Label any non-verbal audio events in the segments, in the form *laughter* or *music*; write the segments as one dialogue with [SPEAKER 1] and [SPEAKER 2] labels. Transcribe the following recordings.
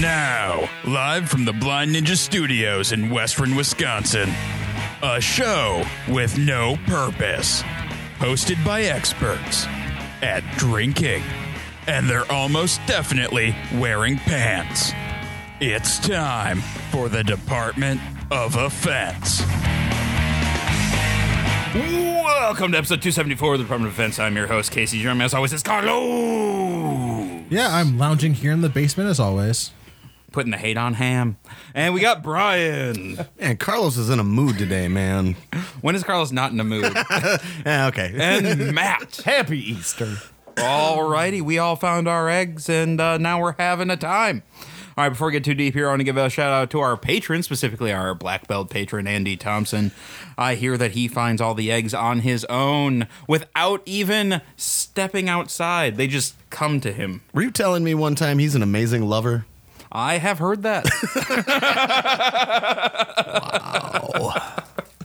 [SPEAKER 1] Now, live from the Blind Ninja Studios in Western Wisconsin, a show with no purpose, hosted by experts at drinking, and they're almost definitely wearing pants. It's time for the Department of Offense.
[SPEAKER 2] Welcome to episode 274 of the Department of Defense. I'm your host, Casey. Joining me as always is Carlo.
[SPEAKER 3] Yeah, I'm lounging here in the basement as always.
[SPEAKER 2] Putting the hate on ham. And we got Brian.
[SPEAKER 4] Man, Carlos is in a mood today, man.
[SPEAKER 3] *laughs*
[SPEAKER 2] When is Carlos not in the
[SPEAKER 5] *laughs*
[SPEAKER 2] mood?
[SPEAKER 4] Ah, okay.
[SPEAKER 2] and Matt.
[SPEAKER 5] Happy Easter.
[SPEAKER 2] Alrighty, we all found our eggs and uh, now we're having a time. All right, before we get too deep here, I want to give a shout out to our patron, specifically our black belt patron, Andy Thompson. I hear that he finds all the eggs on his own without even stepping outside. They just come to him.
[SPEAKER 4] Were you telling me one time he's an amazing lover?
[SPEAKER 2] I have heard that.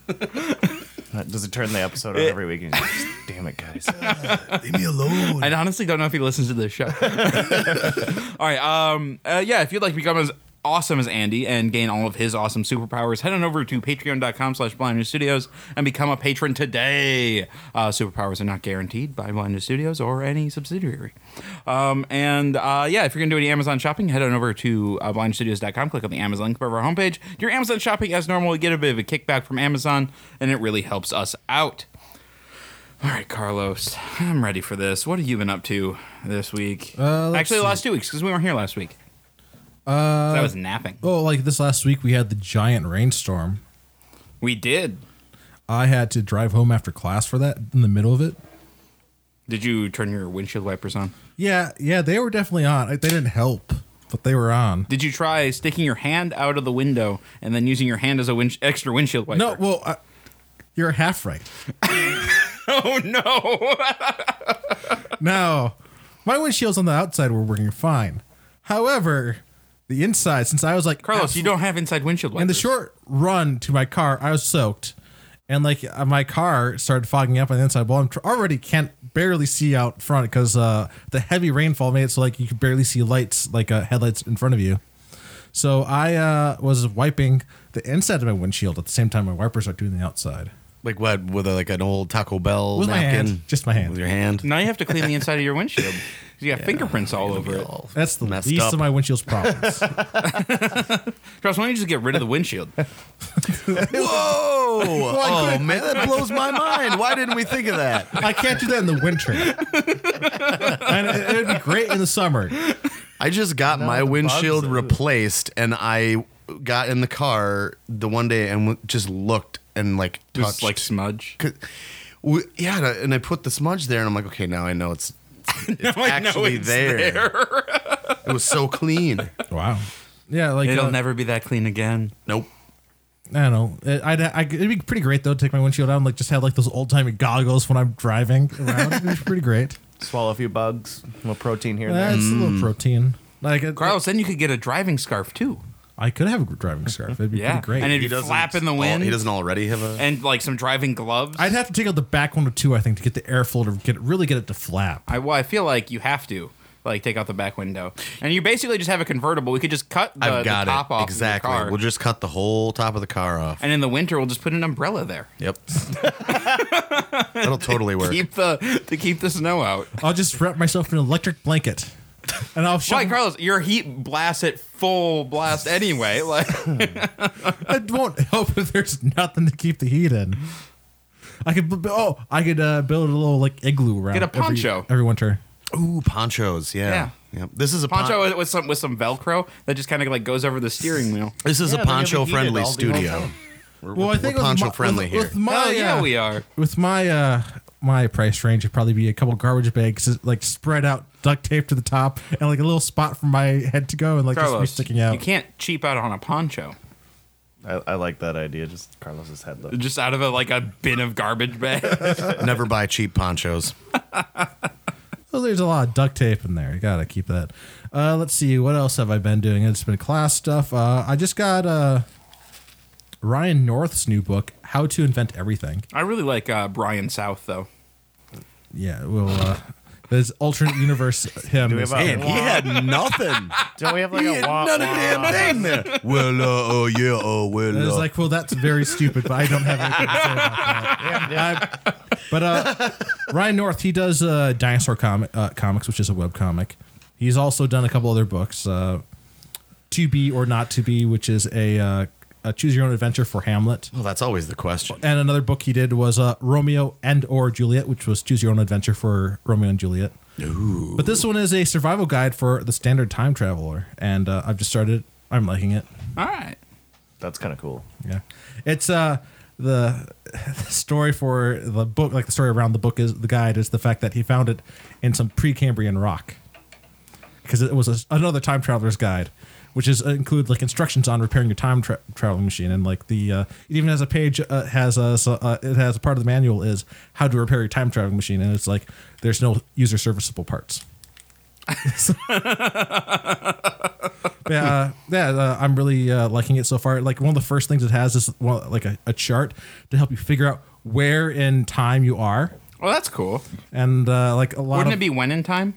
[SPEAKER 5] That doesn't turn the episode on every weekend. *laughs* Damn it, guys.
[SPEAKER 3] Leave me *laughs* alone.
[SPEAKER 2] I honestly don't know if he listens to this show. *laughs* all right. Um. uh, yeah. If you'd like to become as awesome as Andy and gain all of his awesome superpowers, head on over to patreon.com slash blind News studios and become a patron today. Uh, superpowers are not guaranteed by blind News studios or any subsidiary. Um, and uh, yeah, if you're going to do any Amazon shopping, head on over to uh, blindstudios.com, click on the Amazon link above our homepage. Do your Amazon shopping as normal. You get a bit of a kickback from Amazon, and it really helps us out. All right, Carlos, I'm ready for this. What have you been up to this week?
[SPEAKER 3] Uh, let's
[SPEAKER 2] Actually, the
[SPEAKER 3] see.
[SPEAKER 2] last two weeks because we weren't here last week. Uh, I was napping.
[SPEAKER 3] Well, like this last week, we had the giant rainstorm.
[SPEAKER 2] We did.
[SPEAKER 3] I had to drive home after class for that in the middle of it.
[SPEAKER 2] Did you turn your windshield wipers on?
[SPEAKER 3] Yeah, yeah, they were definitely on. Like, They didn't help, but they were on.
[SPEAKER 2] Did you try sticking your hand out of the window and then using your hand as a wind- extra windshield wiper?
[SPEAKER 3] No, well, I, you're half right.
[SPEAKER 2] *laughs* oh no!
[SPEAKER 3] Now, my windshields on the outside were working fine. However, the inside, since I was like
[SPEAKER 2] Carlos, you don't have inside windshield wipers.
[SPEAKER 3] in the short run to my car, I was soaked, and like uh, my car started fogging up on the inside. Well, I'm tr- already can't barely see out front because uh, the heavy rainfall made it so like you could barely see lights, like uh, headlights in front of you. So I uh, was wiping the inside of my windshield at the same time my wipers are doing the outside
[SPEAKER 4] Like what? With a, like an old Taco Bell
[SPEAKER 3] with my
[SPEAKER 4] napkin?
[SPEAKER 3] hand, just my hand.
[SPEAKER 4] With your hand?
[SPEAKER 2] Now you have to clean the inside of your
[SPEAKER 3] *laughs*
[SPEAKER 2] windshield. 'cause You got fingerprints Mm. all over it.
[SPEAKER 4] Oh,
[SPEAKER 3] That's the
[SPEAKER 4] messed
[SPEAKER 3] least
[SPEAKER 4] up.
[SPEAKER 3] of my windshield's problems.
[SPEAKER 2] Carlos, why don't you just get rid of
[SPEAKER 3] *laughs*
[SPEAKER 2] the windshield?
[SPEAKER 4] Whoa!
[SPEAKER 3] I
[SPEAKER 4] oh
[SPEAKER 3] couldn't-
[SPEAKER 4] man, that blows my mind. Why didn't we think of that?
[SPEAKER 3] I can't do that in the
[SPEAKER 4] *laughs*
[SPEAKER 3] winter. and it, it'd be great in the summer.
[SPEAKER 4] I just got my
[SPEAKER 5] the bugs
[SPEAKER 4] windshield
[SPEAKER 5] are-
[SPEAKER 4] replaced, and I got in the car the one day and w- just looked and like touched.
[SPEAKER 2] Just like smudge.
[SPEAKER 4] 'Cause- w- yeah, and I- and I put the smudge there, and I'm like, okay, now I
[SPEAKER 3] *laughs*
[SPEAKER 4] know it's,
[SPEAKER 2] *laughs*
[SPEAKER 4] it's actually there. It was
[SPEAKER 3] *laughs*
[SPEAKER 4] so clean.
[SPEAKER 3] Wow. Yeah, like
[SPEAKER 2] It'll
[SPEAKER 3] uh,
[SPEAKER 2] never be that clean again.
[SPEAKER 4] Nope.
[SPEAKER 3] I don't know. It- I'd, I, it'd be pretty great though to take my windshield out and like just have like those old timey goggles when I'm driving
[SPEAKER 2] *laughs*
[SPEAKER 3] around. it'd be pretty great.
[SPEAKER 5] Swallow a few bugs, a little protein here and there.
[SPEAKER 3] That's a little protein. Like it,
[SPEAKER 2] Carlos, then you could get a driving scarf too.
[SPEAKER 3] I could have a driving scarf. It'd be
[SPEAKER 2] Yeah,
[SPEAKER 3] pretty great.
[SPEAKER 2] and it'd
[SPEAKER 4] He
[SPEAKER 2] be
[SPEAKER 4] doesn't
[SPEAKER 2] flap in the
[SPEAKER 4] al-
[SPEAKER 2] wind,
[SPEAKER 4] he doesn't already have a.
[SPEAKER 2] and like some driving gloves.
[SPEAKER 3] I'd have to take out the back one or two, I think, to get the airflow to get really get it to flap.
[SPEAKER 2] I well, I feel like you have to like take out the back window, and you basically just have a convertible. We could just cut the,
[SPEAKER 4] I've got
[SPEAKER 2] the top
[SPEAKER 4] it
[SPEAKER 2] off
[SPEAKER 4] exactly.
[SPEAKER 2] of your car,
[SPEAKER 4] We'll just cut the whole top of the car off.
[SPEAKER 2] and in the winter we'll just put an umbrella there. *laughs*
[SPEAKER 4] Yep. That'll totally work.
[SPEAKER 2] Keep the to keep the snow
[SPEAKER 3] *laughs*
[SPEAKER 2] out.
[SPEAKER 3] I'll just wrap myself in an electric blanket, *laughs* and I'll shove.
[SPEAKER 2] Why, Carlos? Your heat blasts at full blast anyway. *laughs* Like
[SPEAKER 3] *laughs* It won't help if there's nothing to keep the heat in. I could bu- oh, I could uh, build a little like igloo around.
[SPEAKER 2] Get a
[SPEAKER 3] every-
[SPEAKER 2] poncho.
[SPEAKER 3] every, winter.
[SPEAKER 4] Ooh, ponchos. Yeah. Yep. This is a pon-
[SPEAKER 2] poncho with- with some with some Velcro that just kind of like goes over the steering wheel.
[SPEAKER 4] This is
[SPEAKER 5] Yeah, they
[SPEAKER 4] a
[SPEAKER 5] have
[SPEAKER 4] poncho
[SPEAKER 5] it heated
[SPEAKER 4] friendly
[SPEAKER 5] all the whole
[SPEAKER 4] studio.
[SPEAKER 5] time.
[SPEAKER 4] We're,
[SPEAKER 3] Well, I think with
[SPEAKER 4] poncho
[SPEAKER 3] my-
[SPEAKER 4] friendly
[SPEAKER 3] with-
[SPEAKER 4] here.
[SPEAKER 3] With my,
[SPEAKER 2] Hell Oh, yeah,
[SPEAKER 3] uh,
[SPEAKER 2] we are.
[SPEAKER 3] with my uh my price range it'd probably be a couple garbage bags like spread out duct tape to the top and like a little spot for my head to go and like
[SPEAKER 2] Carlos,
[SPEAKER 3] just be sticking out
[SPEAKER 2] you can't cheap out on a poncho.
[SPEAKER 5] I, I like that idea. Just Carlos's head though.
[SPEAKER 2] just out of a like a bin of garbage bag. *laughs*
[SPEAKER 4] Never buy cheap ponchos.
[SPEAKER 3] well, there's a lot of duct tape in there you gotta keep that uh let's see what else have i been doing it's been class stuff uh i just got uh ryan north's new book how to invent everything
[SPEAKER 2] I really like uh, Brian South though.
[SPEAKER 3] yeah well uh There's alternate
[SPEAKER 2] *laughs*
[SPEAKER 3] universe him.
[SPEAKER 5] Do we have a-
[SPEAKER 4] Man, he had
[SPEAKER 3] *laughs*
[SPEAKER 4] nothing.
[SPEAKER 5] Don't we have like
[SPEAKER 4] he
[SPEAKER 5] a
[SPEAKER 4] had
[SPEAKER 5] womp
[SPEAKER 4] none of
[SPEAKER 5] womp?
[SPEAKER 4] damn thing there. Well, uh, oh yeah, oh well.
[SPEAKER 3] And I
[SPEAKER 4] uh.
[SPEAKER 3] was like, well, that's very stupid, but I don't have anything to say about that. I- but uh, Ryan North, he does uh, Dinosaur comic, uh, Comics, which is a web comic. He's also done a couple other books, uh, To Be or Not To Be, which is a, uh, a choose your own adventure for Hamlet.
[SPEAKER 4] well, that's always the question.
[SPEAKER 3] And another book he did was uh, Romeo and or Juliet, which was choose your own adventure for Romeo and Juliet. But this one is a survival guide for the standard time traveler, and uh, I've just started. I'm liking it.
[SPEAKER 2] All right.
[SPEAKER 5] That's kind of cool.
[SPEAKER 3] Yeah, it's uh the *laughs* story for the book, like the story around the book is the guide is the fact that he found it in some Precambrian rock because it was a, another time traveler's guide, which is uh, include like instructions on repairing your time tra- traveling machine and like the uh, it even has a page uh, has a so, uh, it has a part of the manual is how to repair your time traveling machine and it's like there's no user serviceable parts. yeah, uh,
[SPEAKER 5] Hmm.
[SPEAKER 3] yeah. Uh, I'm really uh, liking it so far. Like one of the first things it has is well, like a, a chart to help you figure out where in time you are,
[SPEAKER 2] Well, that's cool.
[SPEAKER 3] and uh, like a lot
[SPEAKER 2] Wouldn't it
[SPEAKER 3] of
[SPEAKER 2] be when in time?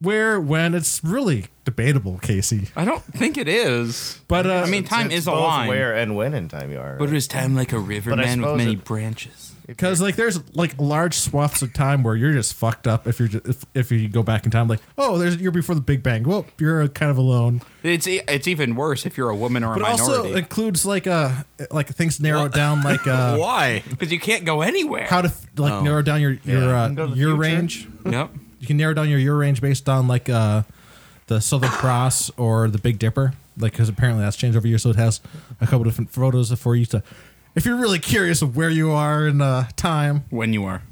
[SPEAKER 3] where when it's really debatable, Casey.
[SPEAKER 2] I don't think it is.
[SPEAKER 3] But uh,
[SPEAKER 2] I mean, time
[SPEAKER 5] It's
[SPEAKER 2] is a
[SPEAKER 5] both
[SPEAKER 2] line.
[SPEAKER 5] Where and when in time you are.
[SPEAKER 2] But it was time like a river
[SPEAKER 5] But I
[SPEAKER 2] man with
[SPEAKER 5] suppose
[SPEAKER 2] many
[SPEAKER 5] it-
[SPEAKER 2] branches.
[SPEAKER 3] because like there's like large swaths of time where you're just fucked up if you're just, if if you go back in time, like oh, there's you're before the Big Bang. Well, you're uh, kind of alone.
[SPEAKER 2] It's e- it's even worse if you're a woman or a
[SPEAKER 3] But also
[SPEAKER 2] minority
[SPEAKER 3] includes like uh like things narrowed down like
[SPEAKER 5] *laughs*
[SPEAKER 3] uh
[SPEAKER 4] Why?
[SPEAKER 2] because you can't go anywhere.
[SPEAKER 3] how to f- like narrow down your your
[SPEAKER 5] Go
[SPEAKER 3] uh,
[SPEAKER 5] to the
[SPEAKER 3] your
[SPEAKER 5] future.
[SPEAKER 3] range.
[SPEAKER 2] yep.
[SPEAKER 3] you can narrow down your year range based on like uh the Southern Cross or the Big Dipper, like because apparently that's changed over years, so it has a couple different photos for you to. If you're really curious of where you are in uh, time,
[SPEAKER 2] When you are.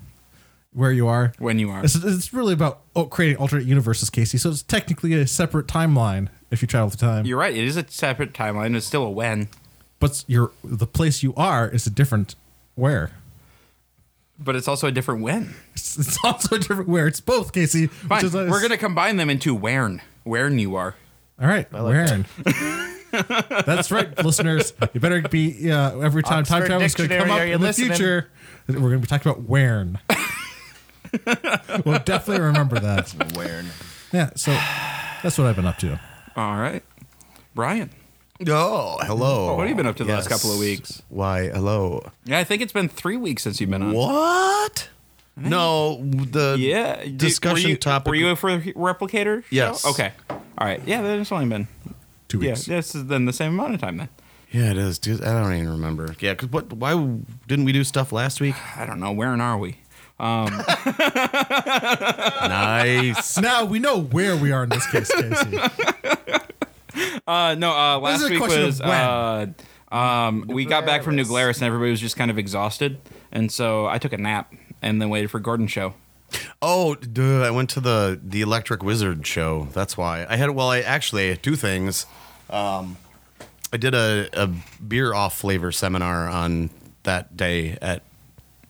[SPEAKER 3] where you are,
[SPEAKER 2] When you are.
[SPEAKER 3] it's, it's really about oh, creating alternate universes, Casey. So it's technically a separate timeline if you travel through time,
[SPEAKER 2] You're right. It is a separate timeline. It's still a when.
[SPEAKER 3] but your the place you are is a different where.
[SPEAKER 2] But it's also a different when.
[SPEAKER 3] It's, it's *laughs* also a different where. It's both, Casey. which
[SPEAKER 2] Fine.
[SPEAKER 3] is nice.
[SPEAKER 2] We're gonna combine them into where'n. Where'n you are.
[SPEAKER 3] All right,
[SPEAKER 5] like
[SPEAKER 3] Warren. That's right, listeners. You better be uh, every time time
[SPEAKER 5] Oxford
[SPEAKER 3] travel is going to
[SPEAKER 5] Dictionary,
[SPEAKER 3] come up
[SPEAKER 5] are you
[SPEAKER 3] in the
[SPEAKER 5] listening?
[SPEAKER 3] future. We're going to be talking about Warren. we'll definitely remember that.
[SPEAKER 5] Where?
[SPEAKER 3] Yeah, so that's what I've been up to.
[SPEAKER 2] All right, Brian.
[SPEAKER 4] Oh, hello.
[SPEAKER 2] What have you been up to the last couple of weeks?
[SPEAKER 4] Why, hello.
[SPEAKER 2] Yeah, I think it's been three weeks since you've been on.
[SPEAKER 4] What? No, the
[SPEAKER 2] Yeah. Do-
[SPEAKER 4] discussion
[SPEAKER 2] were you,
[SPEAKER 4] topic.
[SPEAKER 2] Were you a for replicator? show?
[SPEAKER 4] Yes.
[SPEAKER 2] Okay. All right. Yeah, then it's only been
[SPEAKER 3] Two
[SPEAKER 2] yeah.
[SPEAKER 3] weeks.
[SPEAKER 2] This is then the same amount of time then.
[SPEAKER 4] yeah, it is. Dude, I don't even remember. Yeah, because what? Why didn't we do stuff last
[SPEAKER 2] *sighs*
[SPEAKER 4] week?
[SPEAKER 2] I don't know. Where'n are we?
[SPEAKER 4] nice.
[SPEAKER 3] Now we know where we are in this case, Casey.
[SPEAKER 2] Uh, no. Uh, last
[SPEAKER 3] is a
[SPEAKER 2] week
[SPEAKER 3] question of
[SPEAKER 2] was.
[SPEAKER 3] when.
[SPEAKER 2] Uh, um, we got back from New Glarus and everybody was just kind of exhausted, and so I took a nap and then waited for Gordon show.
[SPEAKER 4] Oh, dude, I went to the the Electric Wizard show. That's why I had. Well, I actually two things. Um, I did a, a beer off flavor seminar on that day at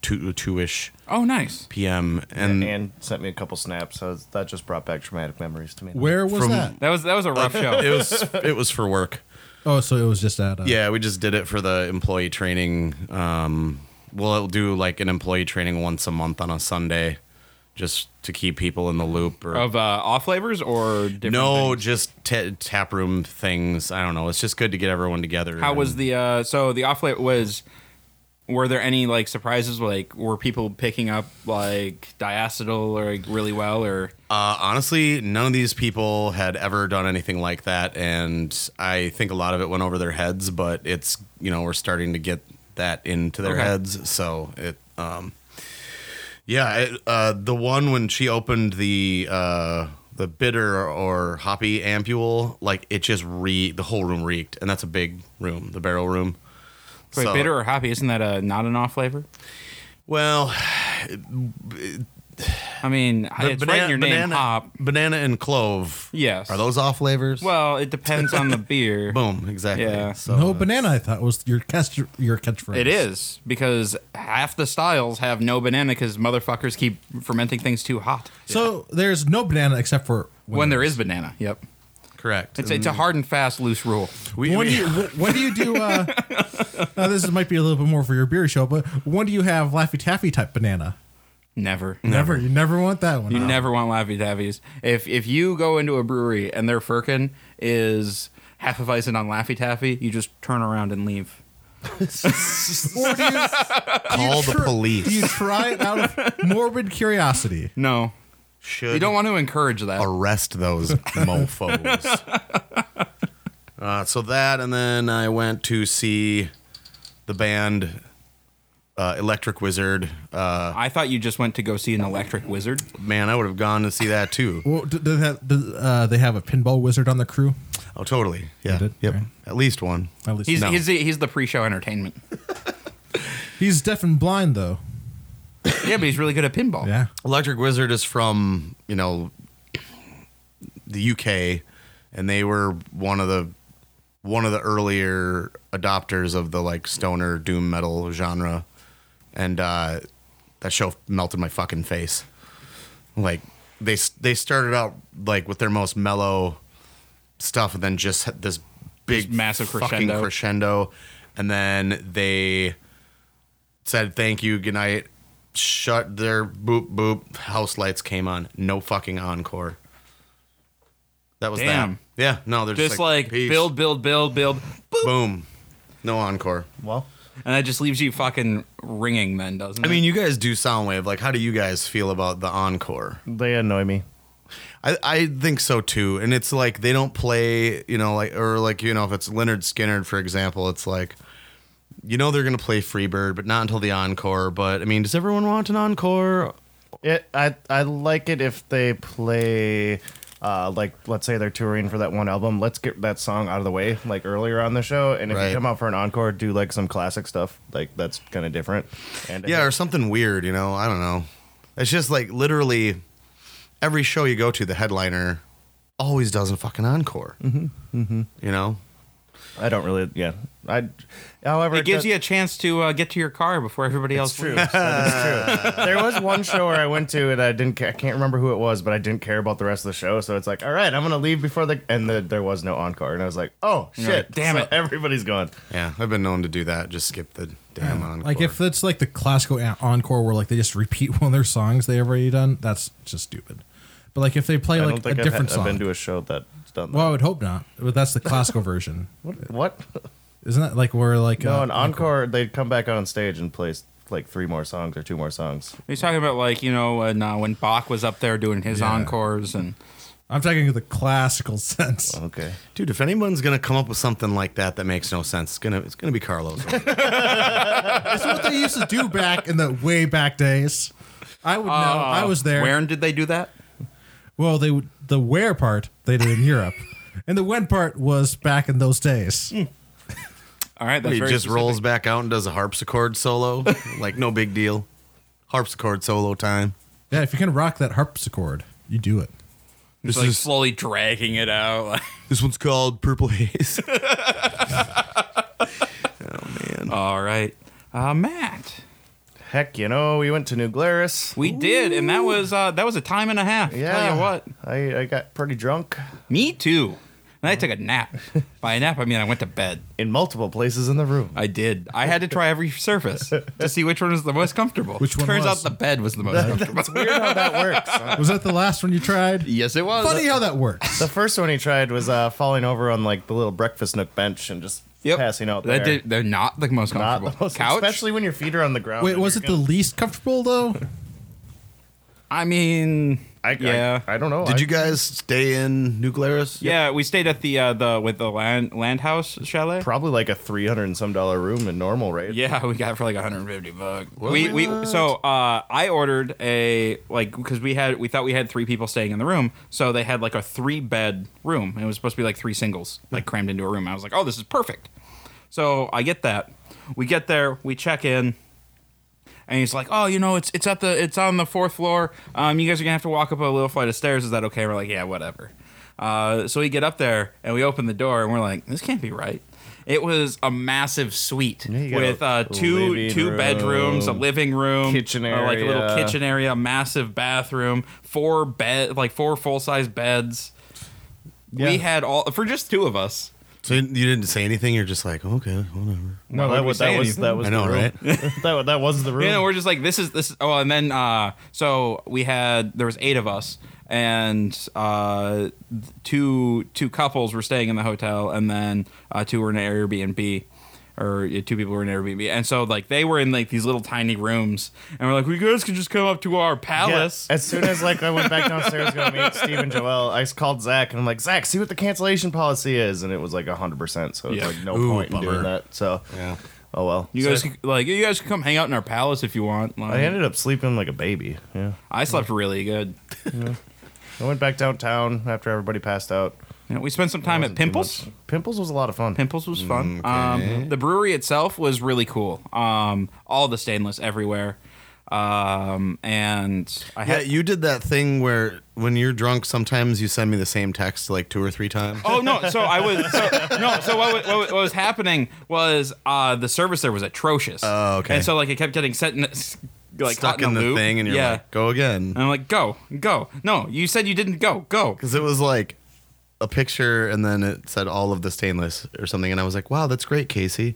[SPEAKER 4] two two ish
[SPEAKER 2] Oh, nice.
[SPEAKER 4] p.m. and
[SPEAKER 5] And, sent me a couple snaps. So that just brought back traumatic memories to me.
[SPEAKER 3] Where was
[SPEAKER 4] From-
[SPEAKER 3] that?
[SPEAKER 2] That was that was a rough
[SPEAKER 4] it
[SPEAKER 3] *laughs*
[SPEAKER 2] show.
[SPEAKER 4] was it was for work.
[SPEAKER 3] Oh, so it was just that. Uh,
[SPEAKER 4] Yeah, we just did it for the employee training. Um, we'll do like an employee training once a month on a Sunday, just to keep people in the loop. Or
[SPEAKER 2] Of uh, off flavors or different
[SPEAKER 4] no,
[SPEAKER 2] things?
[SPEAKER 4] just ta tap room things. I don't know. It's just good to get everyone together.
[SPEAKER 2] How was
[SPEAKER 4] and-
[SPEAKER 2] the uh so the off was were there any like surprises like were people picking up like diacetyl or like, really well or
[SPEAKER 4] Uh, honestly, none of these people had ever done anything like that, and I think a lot of it went over their heads. But it's you know we're starting to get that into their
[SPEAKER 2] Okay.
[SPEAKER 4] heads, so it. Um, yeah, it, uh, the one when she opened the uh, the bitter or hoppy ampule, like it just re the whole room reeked, and that's a big room, the barrel room.
[SPEAKER 2] wait,
[SPEAKER 4] So-
[SPEAKER 2] bitter or hoppy isn't that a not an off flavor?
[SPEAKER 4] Well,
[SPEAKER 2] I mean, it's right in your name
[SPEAKER 4] banana,
[SPEAKER 2] hop.
[SPEAKER 4] banana and clove.
[SPEAKER 2] Yes.
[SPEAKER 4] are those off flavors?
[SPEAKER 2] Well, it depends on the beer.
[SPEAKER 4] *laughs* Boom, exactly.
[SPEAKER 2] Yeah.
[SPEAKER 4] So
[SPEAKER 3] no
[SPEAKER 4] that's-
[SPEAKER 3] banana. I thought was your catch your catchphrase.
[SPEAKER 2] It is because half the styles have no banana because motherfuckers keep fermenting things too hot.
[SPEAKER 3] So there's no banana except for
[SPEAKER 2] When, there is banana, yep.
[SPEAKER 4] uh, Correct.
[SPEAKER 2] It's, it's a hard and fast loose rule.
[SPEAKER 4] we,
[SPEAKER 3] when do you wh- when do you do?
[SPEAKER 4] *laughs*
[SPEAKER 3] Uh, now this is- might be a little bit more for your beer show, but when do you have Laffy Taffy type banana?
[SPEAKER 4] *laughs*
[SPEAKER 2] Never.
[SPEAKER 3] Never. You never want that one.
[SPEAKER 2] You never want Laffy Taffies. If if you go into a brewery and their firkin is half of icing on Laffy Taffy, you just turn around and leave.
[SPEAKER 3] Well, do you-
[SPEAKER 4] Call the
[SPEAKER 3] tr- do
[SPEAKER 4] police.
[SPEAKER 3] you try it out of morbid curiosity.
[SPEAKER 2] No.
[SPEAKER 4] Should
[SPEAKER 2] You don't want to encourage that.
[SPEAKER 4] arrest those mofos.
[SPEAKER 2] *laughs*
[SPEAKER 4] uh, so that, and then I went to see the band uh, Electric Wizard. Uh,
[SPEAKER 2] I thought you just went to go see an electric wizard.
[SPEAKER 4] man, I would have gone to see that too.
[SPEAKER 3] Well, do, do they, have, do, uh, they have a pinball wizard on the crew?
[SPEAKER 4] Oh, totally. Yeah.
[SPEAKER 3] did?
[SPEAKER 4] Yep.
[SPEAKER 3] Alright.
[SPEAKER 4] At least one.
[SPEAKER 3] At least
[SPEAKER 2] He's
[SPEAKER 4] No.
[SPEAKER 2] he's, the, he's the pre-show entertainment.
[SPEAKER 3] he's deaf and blind though.
[SPEAKER 2] yeah, but he's really good at
[SPEAKER 4] Oh,
[SPEAKER 2] pinball.
[SPEAKER 3] Yeah.
[SPEAKER 4] Electric Wizard is from, you know, the UK and they were one of the one of the earlier adopters of the like stoner doom metal genre and uh that show melted my fucking face. Like they s- they started out like with their most mellow stuff and then just had this big
[SPEAKER 2] Just massive
[SPEAKER 4] fucking
[SPEAKER 2] crescendo.
[SPEAKER 4] crescendo and then they said thank you, good night, shut their boop boop, house lights came on. No fucking encore. That was
[SPEAKER 2] Damn.
[SPEAKER 4] that. Yeah, no, they're just,
[SPEAKER 2] Just like
[SPEAKER 4] "Peace."
[SPEAKER 2] build, build, build, build,
[SPEAKER 4] boom. No encore.
[SPEAKER 5] Well,
[SPEAKER 2] and that just leaves you fucking ringing. Then doesn't
[SPEAKER 4] I
[SPEAKER 2] it?
[SPEAKER 4] mean, you guys do Soundwave. Like, how do you guys feel about the encore?
[SPEAKER 5] they annoy me.
[SPEAKER 4] I, I think so too. And it's like they don't play, you know, like or like, you know, if it's Leonard Skinner, for example, it's like you know they're gonna play Freebird, but not until the encore. But I mean, does everyone want an encore?
[SPEAKER 5] It, I, I like it if they play, uh, like, let's say they're touring for that one album. Let's get that song out of the way, like earlier on the show. And if
[SPEAKER 4] Right.
[SPEAKER 5] you come out for an encore, do like some classic stuff. Like, that's kind of different. And
[SPEAKER 4] Yeah, or something weird, you know. I don't know. It's just like literally every show you go to, the headliner always does a fucking encore. Mm-hmm. Mm-hmm. You know?
[SPEAKER 5] I don't really, yeah. I, however,
[SPEAKER 2] it gives
[SPEAKER 5] does-
[SPEAKER 2] you a chance to uh, get to your car before everybody else.
[SPEAKER 5] True.
[SPEAKER 2] leaves.
[SPEAKER 5] That is true. there was one show where I went to and I didn't. Care, I can't remember who it was, but I didn't care about the rest of the show. So it's like, all right, I'm gonna leave before the and the, there was no encore, and I was like, oh shit,
[SPEAKER 2] like, damn
[SPEAKER 5] So
[SPEAKER 2] it.
[SPEAKER 5] everybody's gone.
[SPEAKER 4] Yeah, I've been known to do that. Just skip the damn encore.
[SPEAKER 3] Like if it's like the classical en- encore where like they just repeat *laughs* one of their songs they already done, that's just stupid. But like if they play
[SPEAKER 5] I
[SPEAKER 3] like
[SPEAKER 5] don't
[SPEAKER 3] a
[SPEAKER 5] think I've,
[SPEAKER 3] different
[SPEAKER 5] had,
[SPEAKER 3] song,
[SPEAKER 5] I've been to a show that's done. that.
[SPEAKER 3] well, I would hope not. But that's the classical *laughs* version,
[SPEAKER 2] *laughs*
[SPEAKER 5] what?
[SPEAKER 3] isn't that like where like
[SPEAKER 5] No,
[SPEAKER 3] uh,
[SPEAKER 5] an encore. They'd come back on stage and play s- like three more songs or two more songs.
[SPEAKER 2] He's talking about like you know when uh, when Bach was up there doing his encores and
[SPEAKER 3] I'm talking of the classical *laughs* sense.
[SPEAKER 5] Okay.
[SPEAKER 4] Dude, if anyone's gonna come up with something like that that makes no sense, it's gonna it's gonna be Carlos.
[SPEAKER 3] That's what they used to do back in the way back days. I would know. Oh, I was there.
[SPEAKER 2] Oh. Where did they do that?
[SPEAKER 3] Well, they would- the where part they did
[SPEAKER 2] *laughs*
[SPEAKER 3] in Europe, and the when part was back in those days.
[SPEAKER 2] Hmm. All right, that's
[SPEAKER 4] he
[SPEAKER 2] very
[SPEAKER 4] just
[SPEAKER 2] specific.
[SPEAKER 4] rolls back out and does a harpsichord solo. like no big deal. Harpsichord solo time.
[SPEAKER 3] Yeah, if you can rock that harpsichord, you do it.
[SPEAKER 2] Just like slowly dragging it out. *laughs*
[SPEAKER 4] This one's called Purple Haze.
[SPEAKER 2] All right, uh, Matt.
[SPEAKER 5] Heck, you know, we went to New Glarus.
[SPEAKER 2] We did, and that was uh, that was a time and a half.
[SPEAKER 5] Yeah.
[SPEAKER 2] Tell you what,
[SPEAKER 5] I, I got pretty drunk
[SPEAKER 2] me too. And I took a nap. By a nap, I mean I went to bed.
[SPEAKER 5] in multiple places in the
[SPEAKER 2] *laughs*
[SPEAKER 5] room.
[SPEAKER 2] I did. I had to try every surface to see which one was the most comfortable.
[SPEAKER 3] Which one
[SPEAKER 2] Turns
[SPEAKER 3] was?
[SPEAKER 2] out the bed was the most
[SPEAKER 5] *laughs*
[SPEAKER 2] comfortable.
[SPEAKER 5] It's weird how that works.
[SPEAKER 3] Was that the last one you tried?
[SPEAKER 2] yes, it was.
[SPEAKER 3] Funny how
[SPEAKER 2] *laughs*
[SPEAKER 3] that works.
[SPEAKER 5] The first one he tried was uh, falling over on like the little breakfast nook bench and just
[SPEAKER 2] Yep.
[SPEAKER 5] passing out there.
[SPEAKER 2] That did, they're not the most
[SPEAKER 5] Not
[SPEAKER 2] comfortable.
[SPEAKER 5] the most-
[SPEAKER 2] Couch.
[SPEAKER 5] especially when your feet are on the ground.
[SPEAKER 3] Wait,
[SPEAKER 5] and
[SPEAKER 3] was
[SPEAKER 5] you're
[SPEAKER 3] it the least comfortable though?
[SPEAKER 2] I mean,
[SPEAKER 5] gonna- I,
[SPEAKER 2] yeah.
[SPEAKER 5] I, I don't know. Oh, I-
[SPEAKER 4] Did you guys stay in New Glarus?
[SPEAKER 2] Yeah, we stayed at the uh, the with the land land house chalet.
[SPEAKER 5] probably like a three hundred and some dollar room in normal rate?
[SPEAKER 2] yeah, we got it for like 150 bucks. We we so uh, I ordered a like because we had we thought we had three people staying in the room, so they had like a three bed room. And it was supposed to be like three singles like crammed into a room. I was like, oh, this is perfect. So I get that. We get there, we check in, and he's like, oh, you know, it's it's at the it's on the fourth floor. Um, you guys are gonna have to walk up a little flight of stairs. Is that okay? We're like, yeah, whatever. Uh, so we get up there and we open the door and we're like, this can't be right. It was a massive suite
[SPEAKER 5] you got
[SPEAKER 2] with
[SPEAKER 5] a
[SPEAKER 2] uh, two
[SPEAKER 5] living
[SPEAKER 2] two bedrooms, a
[SPEAKER 5] room,
[SPEAKER 2] living room,
[SPEAKER 5] kitchen
[SPEAKER 2] uh, like a little
[SPEAKER 5] area.
[SPEAKER 2] kitchen area, massive bathroom, four bed, like four full size beds.
[SPEAKER 5] Yeah.
[SPEAKER 2] We had all for just two of us.
[SPEAKER 4] So you you didn't say anything. You're just like, okay, whatever.
[SPEAKER 5] No,
[SPEAKER 2] would
[SPEAKER 5] that
[SPEAKER 2] we
[SPEAKER 5] was
[SPEAKER 2] say
[SPEAKER 5] that was
[SPEAKER 2] anything?
[SPEAKER 5] that was
[SPEAKER 4] I know,
[SPEAKER 5] the room.
[SPEAKER 4] right?
[SPEAKER 5] *laughs* that that was
[SPEAKER 2] *laughs*
[SPEAKER 5] the room.
[SPEAKER 2] You know, we're just like this is this. Is, oh, and then uh, so we had there was eight of us, and uh, th- two two couples were staying in the hotel, and then uh, two were in an Airbnb, or yeah, two people were in Airbnb, and so like they were in like these little tiny rooms, and we're like, we guys could just come up to our
[SPEAKER 5] Yeah,
[SPEAKER 2] palace.
[SPEAKER 5] as soon as like I went back downstairs to go meet Steve and Joel, I s- called Zach and I'm like, Zach, see what the cancellation policy is, and it was like hundred percent. So it's
[SPEAKER 2] Yeah.
[SPEAKER 5] like no
[SPEAKER 4] Ooh,
[SPEAKER 5] point in
[SPEAKER 4] bummer.
[SPEAKER 5] doing that. So
[SPEAKER 4] Yeah.
[SPEAKER 5] oh well.
[SPEAKER 2] You guys could, like you guys could come hang out in our palace if you want. Like,
[SPEAKER 5] I ended up sleeping like a baby. Yeah,
[SPEAKER 2] I slept really good.
[SPEAKER 5] I went back downtown after everybody passed out.
[SPEAKER 2] You know, we spent some time at
[SPEAKER 5] Wasn't too
[SPEAKER 2] Pimples.
[SPEAKER 5] much- Pimples was a lot of fun.
[SPEAKER 2] Pimples was fun.
[SPEAKER 4] Mm,
[SPEAKER 2] Um, the brewery itself was really cool. Um, all the stainless everywhere. Um, and I
[SPEAKER 4] Yeah,
[SPEAKER 2] had.
[SPEAKER 4] you did that thing where when you're drunk, sometimes you send me the same text like two or three times.
[SPEAKER 2] Oh no! So I was so, no. So what, wa- what, wa- what was happening was uh, the service there was atrocious.
[SPEAKER 4] Oh, okay.
[SPEAKER 2] And so like it kept getting set in, s- like
[SPEAKER 4] Stuck
[SPEAKER 2] caught
[SPEAKER 4] in
[SPEAKER 2] a
[SPEAKER 4] the Uh.
[SPEAKER 2] loop.
[SPEAKER 4] thing, and you're
[SPEAKER 2] yeah.
[SPEAKER 4] like, go again.
[SPEAKER 2] and I'm like, go, go. No, you said you didn't go. Go.
[SPEAKER 4] Because it was like a picture, and then it said all of the stainless or something, and I was like, wow, that's great, Casey.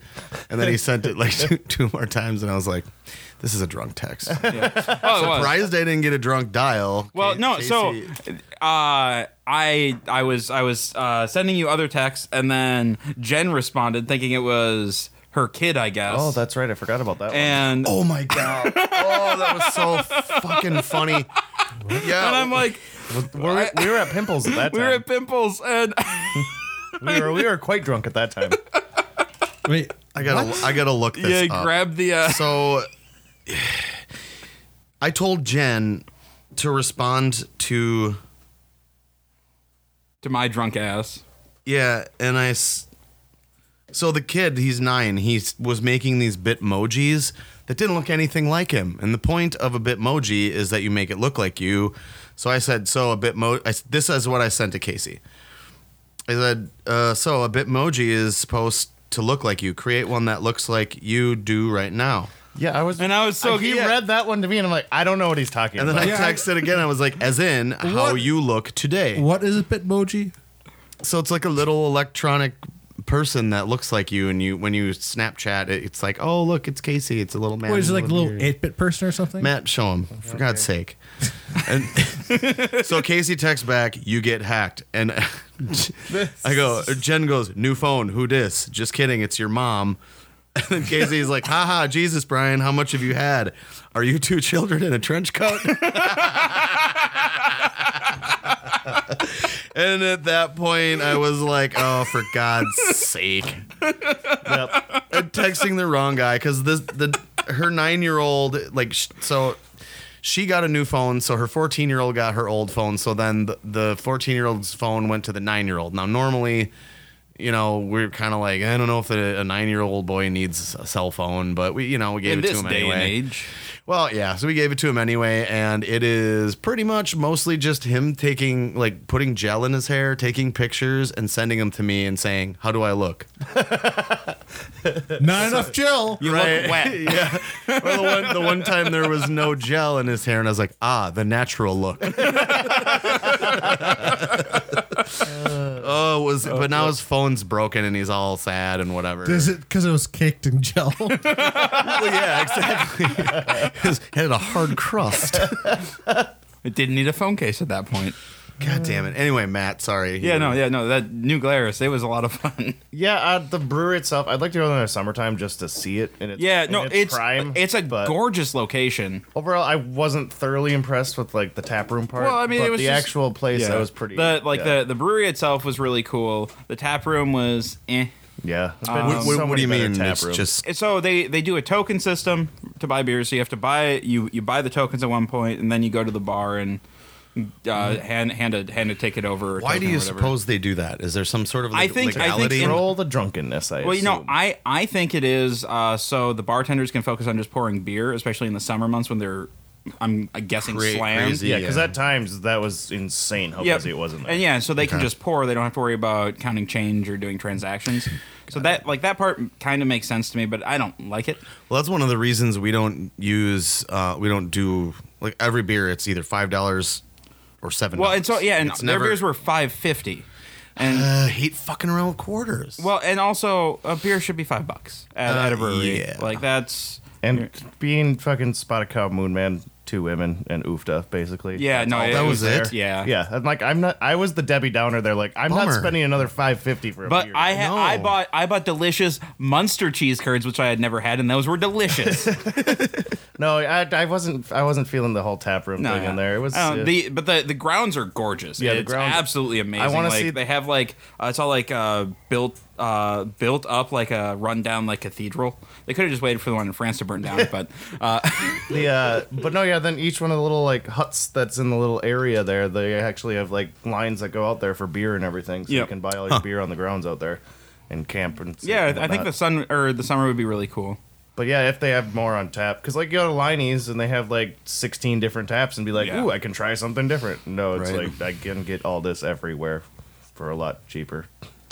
[SPEAKER 4] And *laughs* then he sent it like two, two more times, and I was like, this is a drunk *laughs* text.
[SPEAKER 2] Yeah. Oh, it was.
[SPEAKER 4] Surprised I didn't get a drunk dial.
[SPEAKER 2] Well,
[SPEAKER 4] Ca-
[SPEAKER 2] no. So,
[SPEAKER 4] Casey-
[SPEAKER 2] uh, I I was I was uh, sending you other texts, and then Jen responded thinking it was her kid, I guess.
[SPEAKER 5] Oh, that's right. I forgot about that. one.
[SPEAKER 2] and
[SPEAKER 4] Oh my god! Oh, that was *laughs* so fucking funny. Yeah,
[SPEAKER 2] and
[SPEAKER 5] Oh.
[SPEAKER 2] I'm
[SPEAKER 5] *laughs*
[SPEAKER 2] like,
[SPEAKER 5] Were we, we were at Pimples at
[SPEAKER 2] *laughs*
[SPEAKER 5] that
[SPEAKER 2] we
[SPEAKER 5] time.
[SPEAKER 2] were at Pimples, and *laughs*
[SPEAKER 5] we, were, we were quite drunk at that time.
[SPEAKER 3] Wait,
[SPEAKER 4] I gotta, I gotta look
[SPEAKER 2] yeah,
[SPEAKER 4] this up.
[SPEAKER 2] grabbed the. Uh,
[SPEAKER 4] so, *sighs* I told Jen to respond to
[SPEAKER 2] to my drunk ass.
[SPEAKER 4] yeah, and I. s- So the kid, he's nine. He s- was making these bitmojis that didn't look anything like him. And the point of a bitmoji is that you make it look like you. So I said, so a bitmo. I s this is what I sent to Casey. I said, uh, so a bitmoji is supposed to look like you. Create one that looks like you do right now.
[SPEAKER 5] Yeah, I was.
[SPEAKER 2] And I was so-
[SPEAKER 5] he
[SPEAKER 2] yeah.
[SPEAKER 5] read that one to me, and I'm like, I don't know what he's talking
[SPEAKER 4] And then
[SPEAKER 5] about.
[SPEAKER 4] I
[SPEAKER 3] Yeah, I-
[SPEAKER 4] texted again. I was like, as in how
[SPEAKER 3] What?
[SPEAKER 4] you look today.
[SPEAKER 3] what is a Bitmoji?
[SPEAKER 4] So it's like a little electronic person that looks like you, and you when you Snapchat, it, it's like, oh look, it's Casey. It's a little man.
[SPEAKER 3] What is it
[SPEAKER 4] with
[SPEAKER 3] like a little
[SPEAKER 4] beard."
[SPEAKER 3] eight bit person or something?
[SPEAKER 4] Matt, show him for God's sake. And
[SPEAKER 3] *laughs*
[SPEAKER 4] so Casey texts back, "You get hacked,"
[SPEAKER 3] *laughs*
[SPEAKER 4] and I go, Jen goes, "New phone? Who dis? Just kidding. It's your mom." And then Casey's like, haha, Jesus, Brian, how much have you had? Are you two children in a trench coat? and at that point, I was like, oh, for God's sake
[SPEAKER 5] Yep.
[SPEAKER 4] and texting the wrong guy because this the her nine year old like sh- so she got a new phone so her 14 year old got her old phone so then the 14 year old's phone went to the nine year old now normally you know we're kind of like i don't know if a, a nine year old boy needs a cell phone but we you know we gave
[SPEAKER 2] In
[SPEAKER 4] it to
[SPEAKER 2] this
[SPEAKER 4] him
[SPEAKER 2] day
[SPEAKER 4] anyway
[SPEAKER 2] and age,
[SPEAKER 4] well, yeah. So we gave it to him anyway, and it is pretty much mostly just him taking, like, putting gel in his hair, taking pictures, and sending them to me and saying, "How do I look?"
[SPEAKER 3] Not enough Jill.
[SPEAKER 2] you look wet.
[SPEAKER 4] yeah. Well, the one, the one time there was no gel in his hair, and I was like, "Ah, the natural
[SPEAKER 2] *laughs*
[SPEAKER 4] look." *laughs* oh, it was but now his phone's broken and he's all sad and whatever.
[SPEAKER 3] Is it because it was caked in
[SPEAKER 2] *laughs*
[SPEAKER 3] gel?
[SPEAKER 4] Well, yeah, exactly. it had a hard crust.
[SPEAKER 2] *laughs* It didn't need a phone case at that point.
[SPEAKER 4] *laughs* God damn it. Anyway, Matt, sorry.
[SPEAKER 2] Yeah, no, yeah, no. That New Glarus, it was a lot of fun. *laughs*
[SPEAKER 5] Yeah, uh, the brewery itself. I'd like to go there in the summertime just to see it. In its,
[SPEAKER 2] Yeah,
[SPEAKER 5] in
[SPEAKER 2] no,
[SPEAKER 5] its,
[SPEAKER 2] it's
[SPEAKER 5] prime.
[SPEAKER 2] it's a
[SPEAKER 5] but
[SPEAKER 2] gorgeous location.
[SPEAKER 5] overall, I wasn't thoroughly impressed with like the tap room part.
[SPEAKER 2] Well, I mean,
[SPEAKER 5] but
[SPEAKER 2] it was
[SPEAKER 5] the
[SPEAKER 2] just-
[SPEAKER 5] actual place. that was pretty.
[SPEAKER 2] The like
[SPEAKER 5] yeah.
[SPEAKER 2] the the brewery itself was really cool. The tap room was eh.
[SPEAKER 5] Yeah. There's been
[SPEAKER 2] um,
[SPEAKER 4] What,
[SPEAKER 5] so
[SPEAKER 4] what, what do
[SPEAKER 5] many
[SPEAKER 4] you
[SPEAKER 5] better
[SPEAKER 4] mean?
[SPEAKER 5] Tap
[SPEAKER 4] It's
[SPEAKER 5] rooms.
[SPEAKER 4] just
[SPEAKER 2] So they they do a token system to buy beers. So you have to buy you you buy the tokens at one point, and then you go to the bar and uh, hand hand a hand a ticket over. or
[SPEAKER 4] Mm-hmm. why do
[SPEAKER 2] token or
[SPEAKER 4] you
[SPEAKER 2] whatever.
[SPEAKER 4] suppose they do that? Is there some sort of
[SPEAKER 2] I think- I think
[SPEAKER 4] legality?
[SPEAKER 2] in-
[SPEAKER 5] control the drunkenness. I
[SPEAKER 2] Well, you know,
[SPEAKER 5] assume.
[SPEAKER 2] I I think it is uh, so the bartenders can focus on just pouring beer, especially in the summer months when they're I'm guessing
[SPEAKER 4] Cra-
[SPEAKER 2] slammed.
[SPEAKER 4] crazy.
[SPEAKER 5] yeah, because
[SPEAKER 4] yeah.
[SPEAKER 5] at times that was insane how
[SPEAKER 2] Yeah,
[SPEAKER 5] busy it was in there.
[SPEAKER 2] And yeah, so they can
[SPEAKER 4] Okay.
[SPEAKER 2] just pour. They don't have to worry about counting change or doing
[SPEAKER 4] *laughs*
[SPEAKER 2] transactions. So that like that part kind of makes sense to me, but I don't like it.
[SPEAKER 4] well, that's one of the reasons we don't use, uh, we don't do like every beer. It's either five dollars or seven.
[SPEAKER 2] Well, and so yeah, and
[SPEAKER 4] It's
[SPEAKER 2] their
[SPEAKER 4] never-
[SPEAKER 2] beers were five fifty.
[SPEAKER 4] *sighs*
[SPEAKER 2] And *sighs*
[SPEAKER 4] I hate fucking around with quarters.
[SPEAKER 2] well, and also a beer should be five bucks at,
[SPEAKER 4] Uh,
[SPEAKER 2] at a brewery.
[SPEAKER 4] yeah.
[SPEAKER 2] Like that's
[SPEAKER 5] And being fucking spotted cow moon man, two women and oofta basically.
[SPEAKER 2] yeah.
[SPEAKER 5] That's
[SPEAKER 2] No,
[SPEAKER 5] all
[SPEAKER 2] it
[SPEAKER 4] that was
[SPEAKER 2] there.
[SPEAKER 4] it?
[SPEAKER 2] Yeah,
[SPEAKER 5] Yeah, I'm like I'm not. I was the Debbie Downer. They're like, I'm
[SPEAKER 4] Bummer.
[SPEAKER 5] not spending another five fifty for a
[SPEAKER 2] But
[SPEAKER 5] beer.
[SPEAKER 2] I ha- I
[SPEAKER 4] No.
[SPEAKER 2] bought I bought delicious Munster cheese curds, which I had never had, and those were
[SPEAKER 5] *laughs*
[SPEAKER 2] delicious.
[SPEAKER 5] no, I, I wasn't. I wasn't feeling the whole tap room thing in there. It was.
[SPEAKER 2] I don't-
[SPEAKER 5] uh,
[SPEAKER 2] Oh, Um, the but the the grounds are gorgeous.
[SPEAKER 5] Yeah,
[SPEAKER 2] Yeah,
[SPEAKER 5] the
[SPEAKER 2] it's
[SPEAKER 5] grounds-
[SPEAKER 2] absolutely amazing.
[SPEAKER 5] I wanna
[SPEAKER 2] like,
[SPEAKER 5] see-
[SPEAKER 2] they have like uh, it's all like uh, built uh, built up like a rundown like cathedral. They could have just waited for the one in France to burn
[SPEAKER 5] *laughs*
[SPEAKER 2] down, but uh,
[SPEAKER 5] the uh, but no, yeah. Then each one of the little like huts that's in the little area there, they actually have like lines that go out there for beer and everything, so you
[SPEAKER 2] Yep.
[SPEAKER 5] can buy all your beer on the grounds out there and camp and
[SPEAKER 2] *laughs*
[SPEAKER 5] stuff
[SPEAKER 2] yeah,
[SPEAKER 5] and
[SPEAKER 2] I think
[SPEAKER 5] whatnot.
[SPEAKER 2] the sun or the summer would be really cool.
[SPEAKER 5] But yeah, if they have more on tap, because like you go to Liney's and they have like 16 different taps and be like,
[SPEAKER 2] Yeah.
[SPEAKER 5] ooh, I can try something different. No, it's
[SPEAKER 4] Right.
[SPEAKER 5] like I can get all this everywhere for a lot cheaper.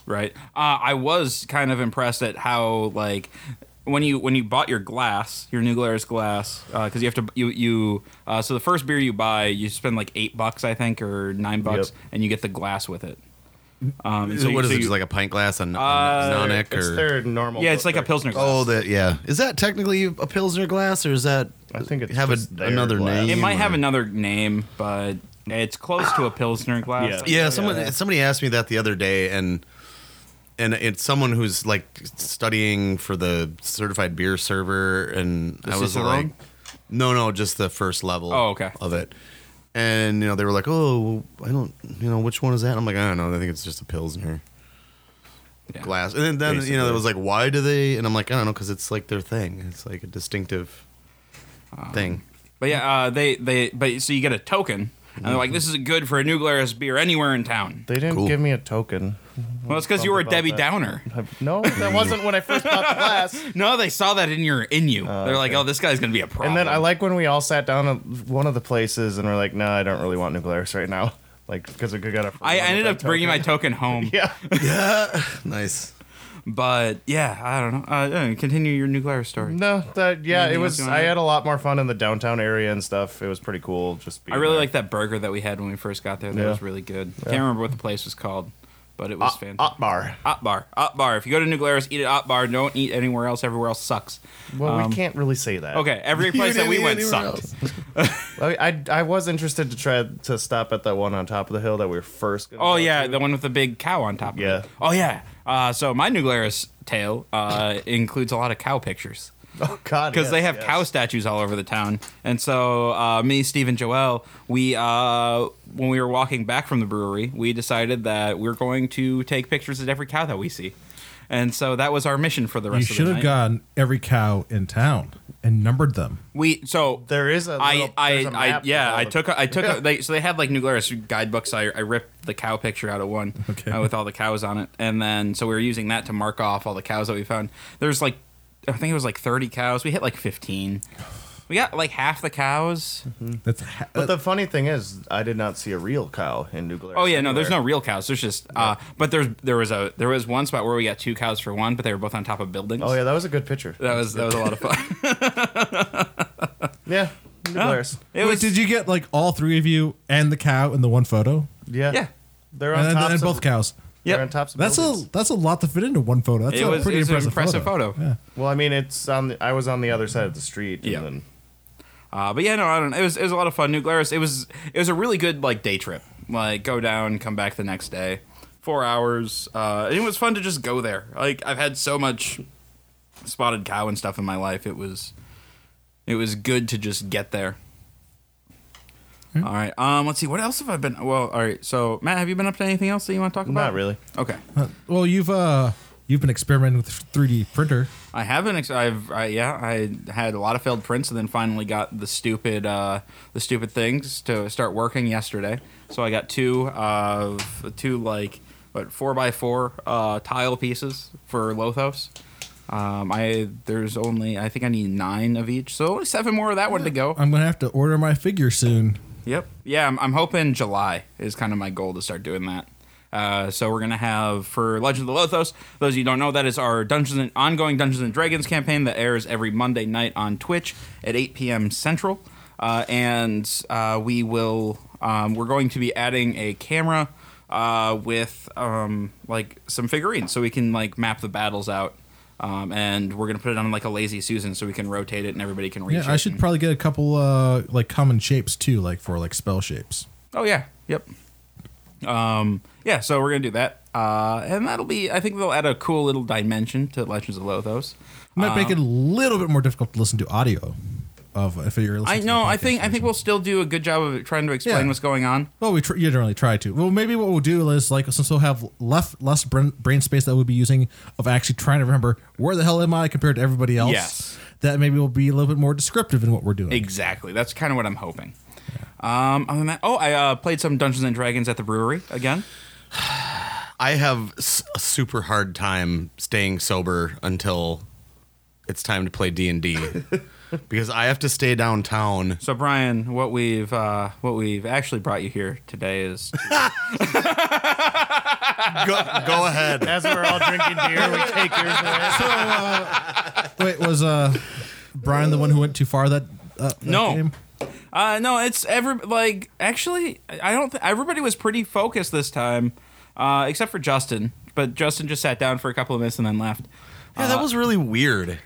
[SPEAKER 2] Right. Uh, I was kind of impressed at how like when you when you bought your glass, your new Glarus glass, because you have to you you uh, so the first beer you buy, you spend like eight bucks I think or nine bucks,
[SPEAKER 5] Yep.
[SPEAKER 2] and you get the glass with it. Um, and
[SPEAKER 4] so
[SPEAKER 2] you-
[SPEAKER 4] what is
[SPEAKER 2] so
[SPEAKER 4] it?
[SPEAKER 2] you- Uh,
[SPEAKER 4] Just like a pint glass and Nonic
[SPEAKER 5] It's
[SPEAKER 4] or
[SPEAKER 5] their normal.
[SPEAKER 2] yeah, it's like a
[SPEAKER 5] their-
[SPEAKER 2] pilsner glass.
[SPEAKER 4] oh that yeah. Is that technically a pilsner glass or is that
[SPEAKER 5] I think it's
[SPEAKER 4] have a,
[SPEAKER 5] just their
[SPEAKER 4] another
[SPEAKER 5] glass.
[SPEAKER 4] name?
[SPEAKER 2] it might have
[SPEAKER 4] or-
[SPEAKER 2] another name, but it's close to a pilsner glass.
[SPEAKER 5] Yeah.
[SPEAKER 4] Yeah, someone somebody asked me that the other day, and and it's someone who's like studying for the certified beer server, and I was
[SPEAKER 2] Cicerone?
[SPEAKER 4] like, no, no, just the first level.
[SPEAKER 2] Oh, okay.
[SPEAKER 4] Of it, and you know they were like, oh, I don't, you know, which one is that? I'm like, I don't know. I think it's just a pilsner.
[SPEAKER 2] Yeah.
[SPEAKER 4] Glass, and then, then you
[SPEAKER 5] Basically.
[SPEAKER 4] know, it was like, why do they? And I'm like, I don't know, because it's like their thing. It's like a distinctive thing. *laughs*
[SPEAKER 2] But yeah, uh, they they but so you get a token, and they're like, this is good for a new Glarus beer anywhere in town.
[SPEAKER 5] They didn't
[SPEAKER 4] Cool.
[SPEAKER 5] give me a token.
[SPEAKER 2] Well, it's because you were a
[SPEAKER 5] about
[SPEAKER 2] Debbie
[SPEAKER 5] that.
[SPEAKER 2] Downer.
[SPEAKER 5] No, *laughs* that wasn't when I first bought the glass.
[SPEAKER 2] No, they saw that in your in you. They're like,
[SPEAKER 5] okay.
[SPEAKER 2] oh, this guy's gonna be a problem.
[SPEAKER 5] *laughs* And then I like when we all sat down at one of the places and we're like, no, I don't really want Nuclearis right now. *laughs* Like, because we got a. free
[SPEAKER 2] I
[SPEAKER 5] one with
[SPEAKER 2] ended
[SPEAKER 5] that
[SPEAKER 2] up bringing my
[SPEAKER 5] token.
[SPEAKER 2] token home.
[SPEAKER 5] *laughs* Yeah.
[SPEAKER 4] Nice.
[SPEAKER 2] But yeah, I don't know. Uh, yeah, continue your nuclear story.
[SPEAKER 5] No,
[SPEAKER 2] *laughs*
[SPEAKER 5] that yeah,
[SPEAKER 2] Anything else
[SPEAKER 5] it was.
[SPEAKER 2] you wanna
[SPEAKER 5] I
[SPEAKER 2] add?
[SPEAKER 5] had a lot more fun in the downtown area and stuff. It was pretty cool. Just being
[SPEAKER 2] I really
[SPEAKER 5] there.
[SPEAKER 2] like that burger that we had when we first got there. That
[SPEAKER 5] Yeah.
[SPEAKER 2] was really good. Can't remember what the place was called, but it was
[SPEAKER 5] Ah,
[SPEAKER 2] fantastic.
[SPEAKER 5] ah, bar.
[SPEAKER 2] Otbar, Otbar. If you go to Nuglaris, eat at Otbar. Don't eat anywhere else. Everywhere else sucks.
[SPEAKER 5] Well, we can't really say that.
[SPEAKER 2] Um, Okay,
[SPEAKER 5] *laughs*
[SPEAKER 2] every place that we went sucked.
[SPEAKER 5] I, I I was interested to try to stop at that one on top of the hill that we were first. Gonna
[SPEAKER 2] Oh
[SPEAKER 5] go
[SPEAKER 2] yeah,
[SPEAKER 5] to.
[SPEAKER 2] the one with the big cow on top. of
[SPEAKER 5] Yeah.
[SPEAKER 2] It. Oh yeah. Uh, so my Nuglaris tale uh, includes a lot of cow pictures.
[SPEAKER 5] oh *laughs* god,
[SPEAKER 2] because
[SPEAKER 5] yes,
[SPEAKER 2] they have
[SPEAKER 5] yes.
[SPEAKER 2] cow statues all over the town. And so uh, me, Steve, and Joel, we uh, when we were walking back from the brewery, we decided that we're going to take pictures of every cow that we see. And so that was our mission for the
[SPEAKER 3] You
[SPEAKER 2] rest of
[SPEAKER 3] should
[SPEAKER 2] the night.
[SPEAKER 3] have gotten every cow in town and numbered them.
[SPEAKER 2] we so
[SPEAKER 5] There is a.
[SPEAKER 2] I
[SPEAKER 5] little-
[SPEAKER 2] I
[SPEAKER 5] there's a
[SPEAKER 2] I
[SPEAKER 5] map
[SPEAKER 2] yeah
[SPEAKER 5] with all
[SPEAKER 2] I
[SPEAKER 5] the-
[SPEAKER 2] took a, I took
[SPEAKER 5] *laughs*
[SPEAKER 2] a, they so they had like Nuglaris guidebooks. I I ripped the cow picture out of one
[SPEAKER 3] Okay.
[SPEAKER 2] uh, with all the cows on it, and then so we were using that to mark off all the cows that we found. There's like I think it was like 30 cows. We hit like 15. We got like half the cows.
[SPEAKER 3] That's ha- uh,
[SPEAKER 5] But the funny thing is, I did not see a real cow in New Glarus
[SPEAKER 2] Oh yeah, no, there's no
[SPEAKER 5] anywhere.
[SPEAKER 2] real cows. There's just uh, but there's there was a there was one spot where we got two cows for one, but they were both on top of buildings.
[SPEAKER 5] Oh yeah, that was a good picture.
[SPEAKER 2] that was that was a lot of fun.
[SPEAKER 5] Yeah, New Glarus.
[SPEAKER 2] It
[SPEAKER 3] Wait,
[SPEAKER 2] was
[SPEAKER 3] did you get like all three of you and the cow in the one photo?
[SPEAKER 5] Yeah.
[SPEAKER 2] Yeah.
[SPEAKER 5] They're on
[SPEAKER 3] And,
[SPEAKER 5] top
[SPEAKER 3] then, and
[SPEAKER 5] of
[SPEAKER 3] both cows.
[SPEAKER 5] They're
[SPEAKER 2] Yep.
[SPEAKER 5] on tops. Of
[SPEAKER 3] That's
[SPEAKER 5] buildings.
[SPEAKER 3] a that's a lot to fit into one photo. That's
[SPEAKER 2] It
[SPEAKER 3] a
[SPEAKER 2] was-
[SPEAKER 3] pretty
[SPEAKER 2] it's an
[SPEAKER 3] impressive,
[SPEAKER 2] impressive photo.
[SPEAKER 3] Yeah.
[SPEAKER 5] Well, I mean, it's on. The, I was on the other side of the street.
[SPEAKER 2] Yeah.
[SPEAKER 5] And then,
[SPEAKER 2] uh, but yeah, no, I don't. know. It was it was a lot of fun. New Glarus. It was it was a really good like day trip. Like go down, come back the next day, four hours. Uh, and it was fun to just go there. Like I've had so much spotted cow and stuff in my life. It was it was good to just get there.
[SPEAKER 5] Hmm.
[SPEAKER 2] All right. Um. Let's see. What else have I been? Well. All right. So Matt, have you been up to anything else that you want to talk about?
[SPEAKER 5] not really.
[SPEAKER 2] Okay.
[SPEAKER 3] Uh, Well, you've uh you've been experimenting with 3D printer.
[SPEAKER 2] I haven't. Ex- I've. I, yeah. I had a lot of failed prints, and then finally got the stupid, uh, the stupid things to start working yesterday. So I got two of two like what four by four uh, tile pieces for Lothos. Um, I there's only I think I need nine of each, so only seven more of that one to go.
[SPEAKER 3] I'm gonna have to order my figure soon.
[SPEAKER 2] Yep. Yeah, I'm, I'm hoping July is kind of my goal to start doing that. Uh, so we're gonna have for Legend of the Lothos. Those of you who don't know, that is our Dungeons and, ongoing Dungeons and Dragons campaign that airs every Monday night on Twitch at 8 p.m. Central, uh, and uh, we will um, we're going to be adding a camera uh, with um, like some figurines, so we can like map the battles out. Um, and we're gonna put it on like a lazy Susan, so we can rotate it and everybody can reach.
[SPEAKER 3] Yeah,
[SPEAKER 2] it
[SPEAKER 3] I should
[SPEAKER 2] and-
[SPEAKER 3] probably get a couple uh like common shapes too, like for like spell shapes.
[SPEAKER 2] Oh yeah. Yep. Um, yeah. So we're gonna do that, uh, and that'll be. I think they'll add a cool little dimension to Legends of Lothos.
[SPEAKER 3] Might make
[SPEAKER 2] Uh-huh.
[SPEAKER 3] it a little bit more difficult to listen to audio of if you're
[SPEAKER 2] I
[SPEAKER 3] listening.
[SPEAKER 2] know.
[SPEAKER 3] To the
[SPEAKER 2] I
[SPEAKER 3] podcast
[SPEAKER 2] think. I think
[SPEAKER 3] version.
[SPEAKER 2] we'll still do a good job of trying to explain
[SPEAKER 3] Yeah.
[SPEAKER 2] what's going on.
[SPEAKER 3] Well, we tr- you generally try to. Well, maybe what we'll do is like since we'll have left less brain, brain space that we'll be using of actually trying to remember where the hell am I compared to everybody else.
[SPEAKER 2] Yes.
[SPEAKER 3] That maybe will be a little bit more descriptive in what we're doing.
[SPEAKER 2] Exactly. That's kind of what I'm hoping. Um, other than that, oh, I uh, played some Dungeons and Dragons at the brewery again.
[SPEAKER 4] I have s- a super hard time staying sober until it's time to play D and *laughs* D because I have to stay downtown.
[SPEAKER 2] So Brian, what we've uh, what we've actually brought you here today is
[SPEAKER 4] Go, go ahead.
[SPEAKER 5] As we're all drinking beer, we take yours away.
[SPEAKER 3] Wait, was uh Brian the one who went too far that, uh, that
[SPEAKER 2] No.
[SPEAKER 3] game?
[SPEAKER 2] Uh, no, it's every like actually, I don't. Th- everybody was pretty focused this time, uh, except for Justin. But Justin just sat down for a couple of minutes and then left.
[SPEAKER 4] Yeah, that was really weird.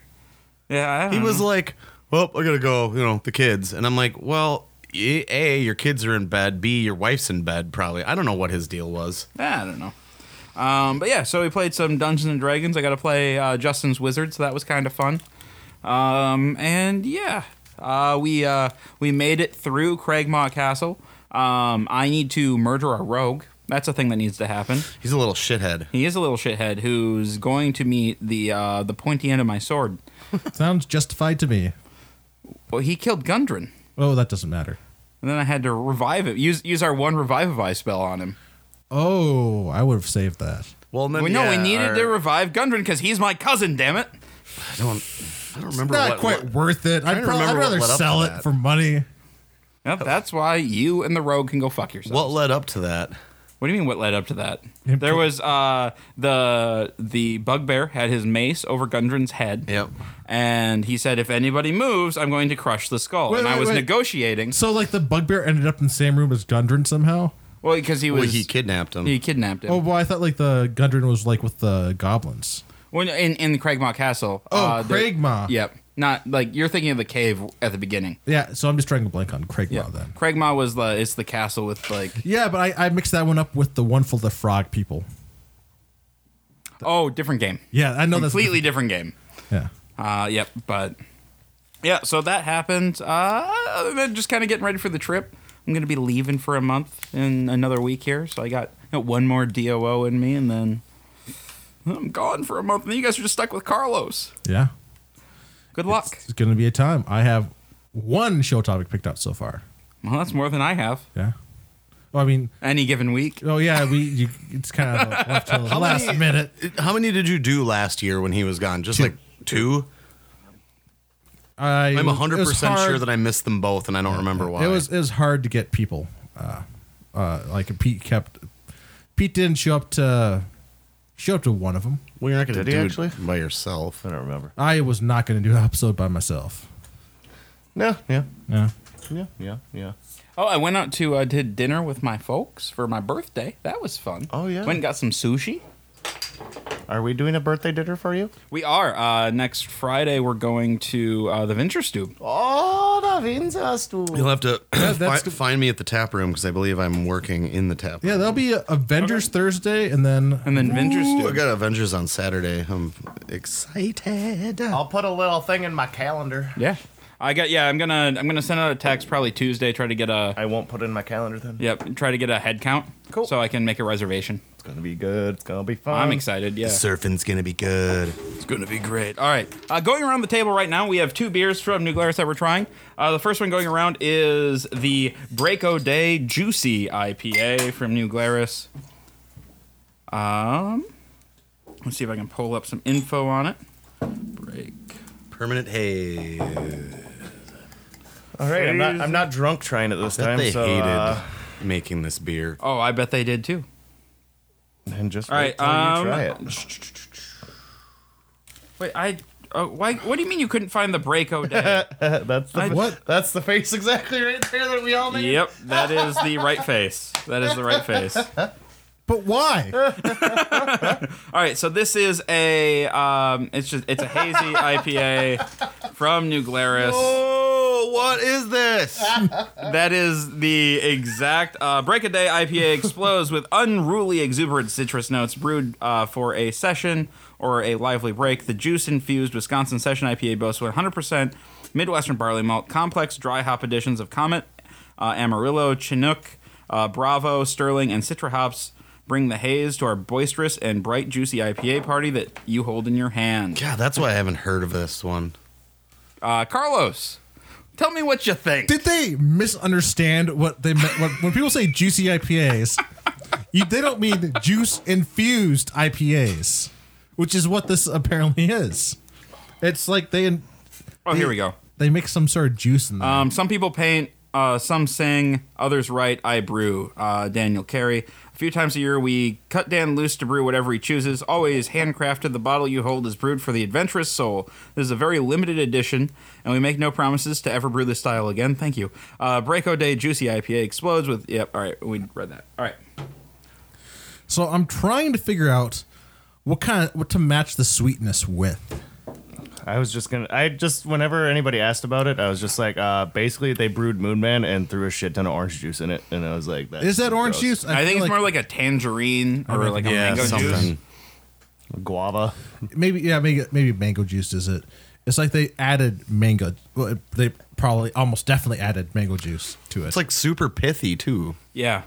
[SPEAKER 2] Yeah, I
[SPEAKER 4] He
[SPEAKER 2] don't
[SPEAKER 4] was
[SPEAKER 2] know.
[SPEAKER 4] like, "Well, I gotta go." You know, the kids, and I'm like, "Well, y- a, your kids are in bed. B, your wife's in bed. Probably. I don't know what his deal was.
[SPEAKER 2] Yeah, I don't know. Um, but yeah, so we played some Dungeons and Dragons. I got to play uh, Justin's Wizard, so that was kind of fun. Um, and yeah, uh, we uh, we made it through Cragmaw Castle. Um, I need to murder a rogue. That's a thing that needs to happen.
[SPEAKER 4] He's a little shithead.
[SPEAKER 2] He is a little shithead who's going to meet the uh, the pointy end of my sword.
[SPEAKER 3] Sounds justified to me.
[SPEAKER 2] Well, he killed Gundren,
[SPEAKER 3] Oh, that doesn't matter.
[SPEAKER 2] and then I had to revive it. Use use our one revivify spell on him.
[SPEAKER 3] Oh, I would have saved that.
[SPEAKER 4] Well, and then,
[SPEAKER 2] Well, no, we
[SPEAKER 4] yeah,
[SPEAKER 2] needed
[SPEAKER 4] our-
[SPEAKER 2] to revive Gundren because he's my cousin. Damn it!
[SPEAKER 4] I don't. I don't remember.
[SPEAKER 3] Not
[SPEAKER 4] what-
[SPEAKER 3] quite
[SPEAKER 4] what-
[SPEAKER 3] worth it. I'd,
[SPEAKER 4] to
[SPEAKER 3] prob- I'd
[SPEAKER 4] remember what
[SPEAKER 3] rather
[SPEAKER 4] led up
[SPEAKER 3] sell
[SPEAKER 4] to
[SPEAKER 3] it
[SPEAKER 4] that.
[SPEAKER 3] for money.
[SPEAKER 2] Yep, that's why you and the rogue can go fuck yourselves.
[SPEAKER 4] What led up to that?
[SPEAKER 2] what do you mean? What led up to that?
[SPEAKER 3] Him
[SPEAKER 2] There
[SPEAKER 3] kill-
[SPEAKER 2] was uh, the the bugbear had his mace over Gundren's head.
[SPEAKER 4] Yep.
[SPEAKER 2] And he said, if anybody moves, I'm going to crush the skull.
[SPEAKER 3] Wait,
[SPEAKER 2] and I
[SPEAKER 3] wait,
[SPEAKER 2] was
[SPEAKER 3] wait.
[SPEAKER 2] negotiating.
[SPEAKER 3] So like the bugbear ended up in the same room as Gundren somehow.
[SPEAKER 2] Well, because he was
[SPEAKER 4] Well, he kidnapped him.
[SPEAKER 2] he kidnapped him.
[SPEAKER 3] Oh, well, I thought like the Gundren was like with the goblins.
[SPEAKER 2] Well, in in Cragmaw Castle.
[SPEAKER 3] Oh,
[SPEAKER 2] there-
[SPEAKER 3] Cragmaw.
[SPEAKER 2] Yep. Not like you're thinking of the cave at the beginning.
[SPEAKER 3] Yeah, so I'm just drawing a blank on Craigmaw then.
[SPEAKER 2] Cragmaw was the it's the castle with like
[SPEAKER 3] Yeah, but I, I mixed that one up with the one for the frog people.
[SPEAKER 2] oh different game.
[SPEAKER 3] Yeah, I know
[SPEAKER 2] Completely
[SPEAKER 3] that's
[SPEAKER 2] different game.
[SPEAKER 3] Yeah.
[SPEAKER 2] Uh, yep. But yeah, so that happened. Uh, other than just kind of getting ready for the trip. I'm gonna be leaving for a month in another week here, so I got you know, one more DOO in me, and then I'm gone for a month, and then you guys are just stuck with Carlos.
[SPEAKER 3] Yeah.
[SPEAKER 2] Good luck.
[SPEAKER 3] It's going to be a time. I have one show topic picked out so far.
[SPEAKER 2] well, that's more than I have
[SPEAKER 3] Yeah. Well, I mean,
[SPEAKER 2] any given week.
[SPEAKER 3] oh yeah, we you, it's kind of *laughs* left till the last
[SPEAKER 4] many-
[SPEAKER 3] minute.
[SPEAKER 4] How many did you do last year when he was gone? Just like two.
[SPEAKER 3] I
[SPEAKER 4] I'm 100 percent sure that I missed them both, and I don't remember why.
[SPEAKER 3] It was it was hard to get people. Uh, uh, like Pete kept Pete didn't show up to show up to one of them.
[SPEAKER 4] Well, you're not going to
[SPEAKER 5] Did he
[SPEAKER 4] do
[SPEAKER 5] actually?
[SPEAKER 4] it by yourself.
[SPEAKER 5] I don't remember.
[SPEAKER 3] I was not going to do an episode by myself.
[SPEAKER 5] *laughs* No, yeah,
[SPEAKER 3] Yeah.
[SPEAKER 5] yeah, yeah, yeah.
[SPEAKER 2] Oh, I went out to uh, did dinner with my folks for my birthday. That was fun.
[SPEAKER 5] Oh, yeah.
[SPEAKER 2] went and got some sushi.
[SPEAKER 5] Are we doing a birthday dinner for you?
[SPEAKER 2] We are uh, next Friday. We're going to uh, the Venture Stoop.
[SPEAKER 5] Oh, da Vinzas
[SPEAKER 4] *clears throat* You'll have to
[SPEAKER 3] that's
[SPEAKER 4] fi- find me at the tap room because I believe I'm working in the tap.
[SPEAKER 3] Yeah,
[SPEAKER 4] room.
[SPEAKER 3] that'll be Avengers Thursday, and then
[SPEAKER 2] And then Venture
[SPEAKER 4] Ooh, I
[SPEAKER 2] Stoop.
[SPEAKER 4] got Avengers on Saturday. I'm excited.
[SPEAKER 5] I'll put a little thing in my calendar.
[SPEAKER 2] Yeah, I got. Yeah, I'm gonna I'm gonna send out a text probably Tuesday. Try to get a
[SPEAKER 5] I won't put it in my calendar then.
[SPEAKER 2] yep. Try to get a head count.
[SPEAKER 5] Cool.
[SPEAKER 2] So I can make a reservation.
[SPEAKER 5] It's gonna be good. It's gonna be fun.
[SPEAKER 2] I'm excited. Yeah.
[SPEAKER 4] Surfing's gonna be good.
[SPEAKER 2] It's going to be great. All right. Uh, going around the table right now, we have two beers from New Glarus that we're trying. Uh, the first one going around is the Breako Day Juicy IPA from New Glarus. Um, let's see if I can pull up some info on it. Break.
[SPEAKER 4] Permanent hay.
[SPEAKER 5] All right, I'm not. I'm not drunk trying it this
[SPEAKER 4] That
[SPEAKER 5] time.
[SPEAKER 4] they
[SPEAKER 5] so,
[SPEAKER 4] hated
[SPEAKER 5] uh,
[SPEAKER 4] making this beer.
[SPEAKER 5] *laughs*
[SPEAKER 2] Oh, I bet they did too.
[SPEAKER 5] and just
[SPEAKER 2] All
[SPEAKER 5] wait
[SPEAKER 2] right.
[SPEAKER 5] till
[SPEAKER 2] Um,
[SPEAKER 5] you try it.
[SPEAKER 2] Wait, I. Uh, why? What do you mean you couldn't find the Breako
[SPEAKER 3] *laughs*
[SPEAKER 2] Day?
[SPEAKER 5] That's the
[SPEAKER 2] I-
[SPEAKER 3] what?
[SPEAKER 5] That's the face *laughs* exactly right there that we all made.
[SPEAKER 2] yep, that is the right face. That is the right face.
[SPEAKER 3] But
[SPEAKER 5] *laughs*
[SPEAKER 3] why?
[SPEAKER 2] All right, so this is a um, it's just it's a hazy IPA from New Glarus.
[SPEAKER 4] Oh, what is this?
[SPEAKER 5] Ah.
[SPEAKER 2] That is the exact uh, break a day IPA explodes with unruly exuberant citrus notes brewed uh, for a session or a lively break. The juice infused Wisconsin session IPA boasts 100% Midwestern barley malt, complex dry hop additions of Comet, uh, Amarillo, Chinook, uh, Bravo, Sterling, and Citra hops. Bring the haze to our boisterous and bright, juicy IPA party that you hold in your hand.
[SPEAKER 4] God, that's why I haven't heard of this one.
[SPEAKER 2] Uh, Carlos, tell me what you think.
[SPEAKER 3] Did they misunderstand what they meant when, when people say juicy IPAs? You, they don't mean juice infused IPAs, which is what this apparently is. It's like they
[SPEAKER 2] Oh, here we go.
[SPEAKER 3] they mix some sort of juice in there.
[SPEAKER 2] Um, some people paint, uh, some sing, others write, I brew. Uh, Daniel Carey. A few times a year, we cut Dan loose to brew whatever he chooses. Always handcrafted, the bottle you hold is brewed for the adventurous soul. This is a very limited edition, and we make no promises to ever brew this style again. Thank you. Uh, Breako Day Juicy IPA explodes with. Yep, all right, we read that. All right.
[SPEAKER 3] so I'm trying to figure out what kind of what to match the sweetness with.
[SPEAKER 5] I was just gonna. I just whenever anybody asked about it, I was just like, uh, basically they brewed Moon Man and threw a shit ton of orange juice in it, and I was like, That's
[SPEAKER 3] Is that orange
[SPEAKER 5] gross.
[SPEAKER 3] juice?
[SPEAKER 2] I, think
[SPEAKER 3] feel
[SPEAKER 2] it's more like a tangerine or like a
[SPEAKER 4] Yeah,
[SPEAKER 2] mango juice.
[SPEAKER 4] something.
[SPEAKER 5] Guava.
[SPEAKER 3] maybe yeah maybe maybe mango juice is it. It's like they added mango. Well, they probably almost definitely added mango juice to it.
[SPEAKER 4] It's like super pithy too.
[SPEAKER 2] Yeah.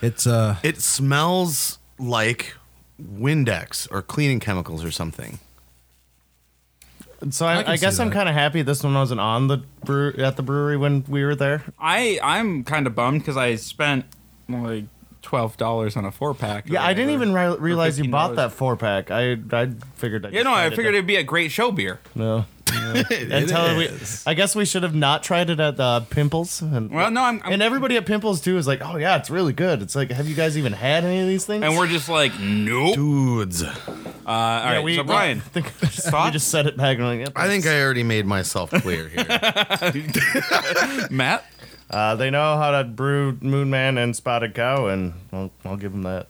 [SPEAKER 3] it's uh
[SPEAKER 4] It smells like Windex or cleaning chemicals or something.
[SPEAKER 5] So
[SPEAKER 3] I can
[SPEAKER 5] I, I
[SPEAKER 3] see
[SPEAKER 5] guess I'm
[SPEAKER 3] that.
[SPEAKER 5] kind of happy this one wasn't on the brew at the brewery when we were there.
[SPEAKER 2] I, I'm kind of bummed because I spent like $12 on a four pack.
[SPEAKER 5] Yeah, I didn't even re- realize you bought
[SPEAKER 2] $15.
[SPEAKER 5] that four pack. I I figured. I
[SPEAKER 2] Yeah, no, I figured
[SPEAKER 5] it.
[SPEAKER 2] it'd be a great show beer.
[SPEAKER 3] *laughs*
[SPEAKER 5] No. Until we, I guess we should have not tried it at the Pimples. And,
[SPEAKER 2] Well, no, I'm, I'm-
[SPEAKER 5] and everybody at Pimples too is like, "Oh yeah, it's really good." It's like, have you guys even had any of these things?
[SPEAKER 2] and we're just like, nope. Uh,
[SPEAKER 4] Dudes.
[SPEAKER 2] All right,
[SPEAKER 5] we-
[SPEAKER 2] so
[SPEAKER 4] *laughs*
[SPEAKER 2] Brian,
[SPEAKER 5] I *laughs* think we just set it back and we're like, yep,
[SPEAKER 4] I think I already made myself clear *laughs* here.
[SPEAKER 2] Matt,
[SPEAKER 5] uh, they know how to brew Moon Man and Spotted Cow, and I'll, I'll give them that.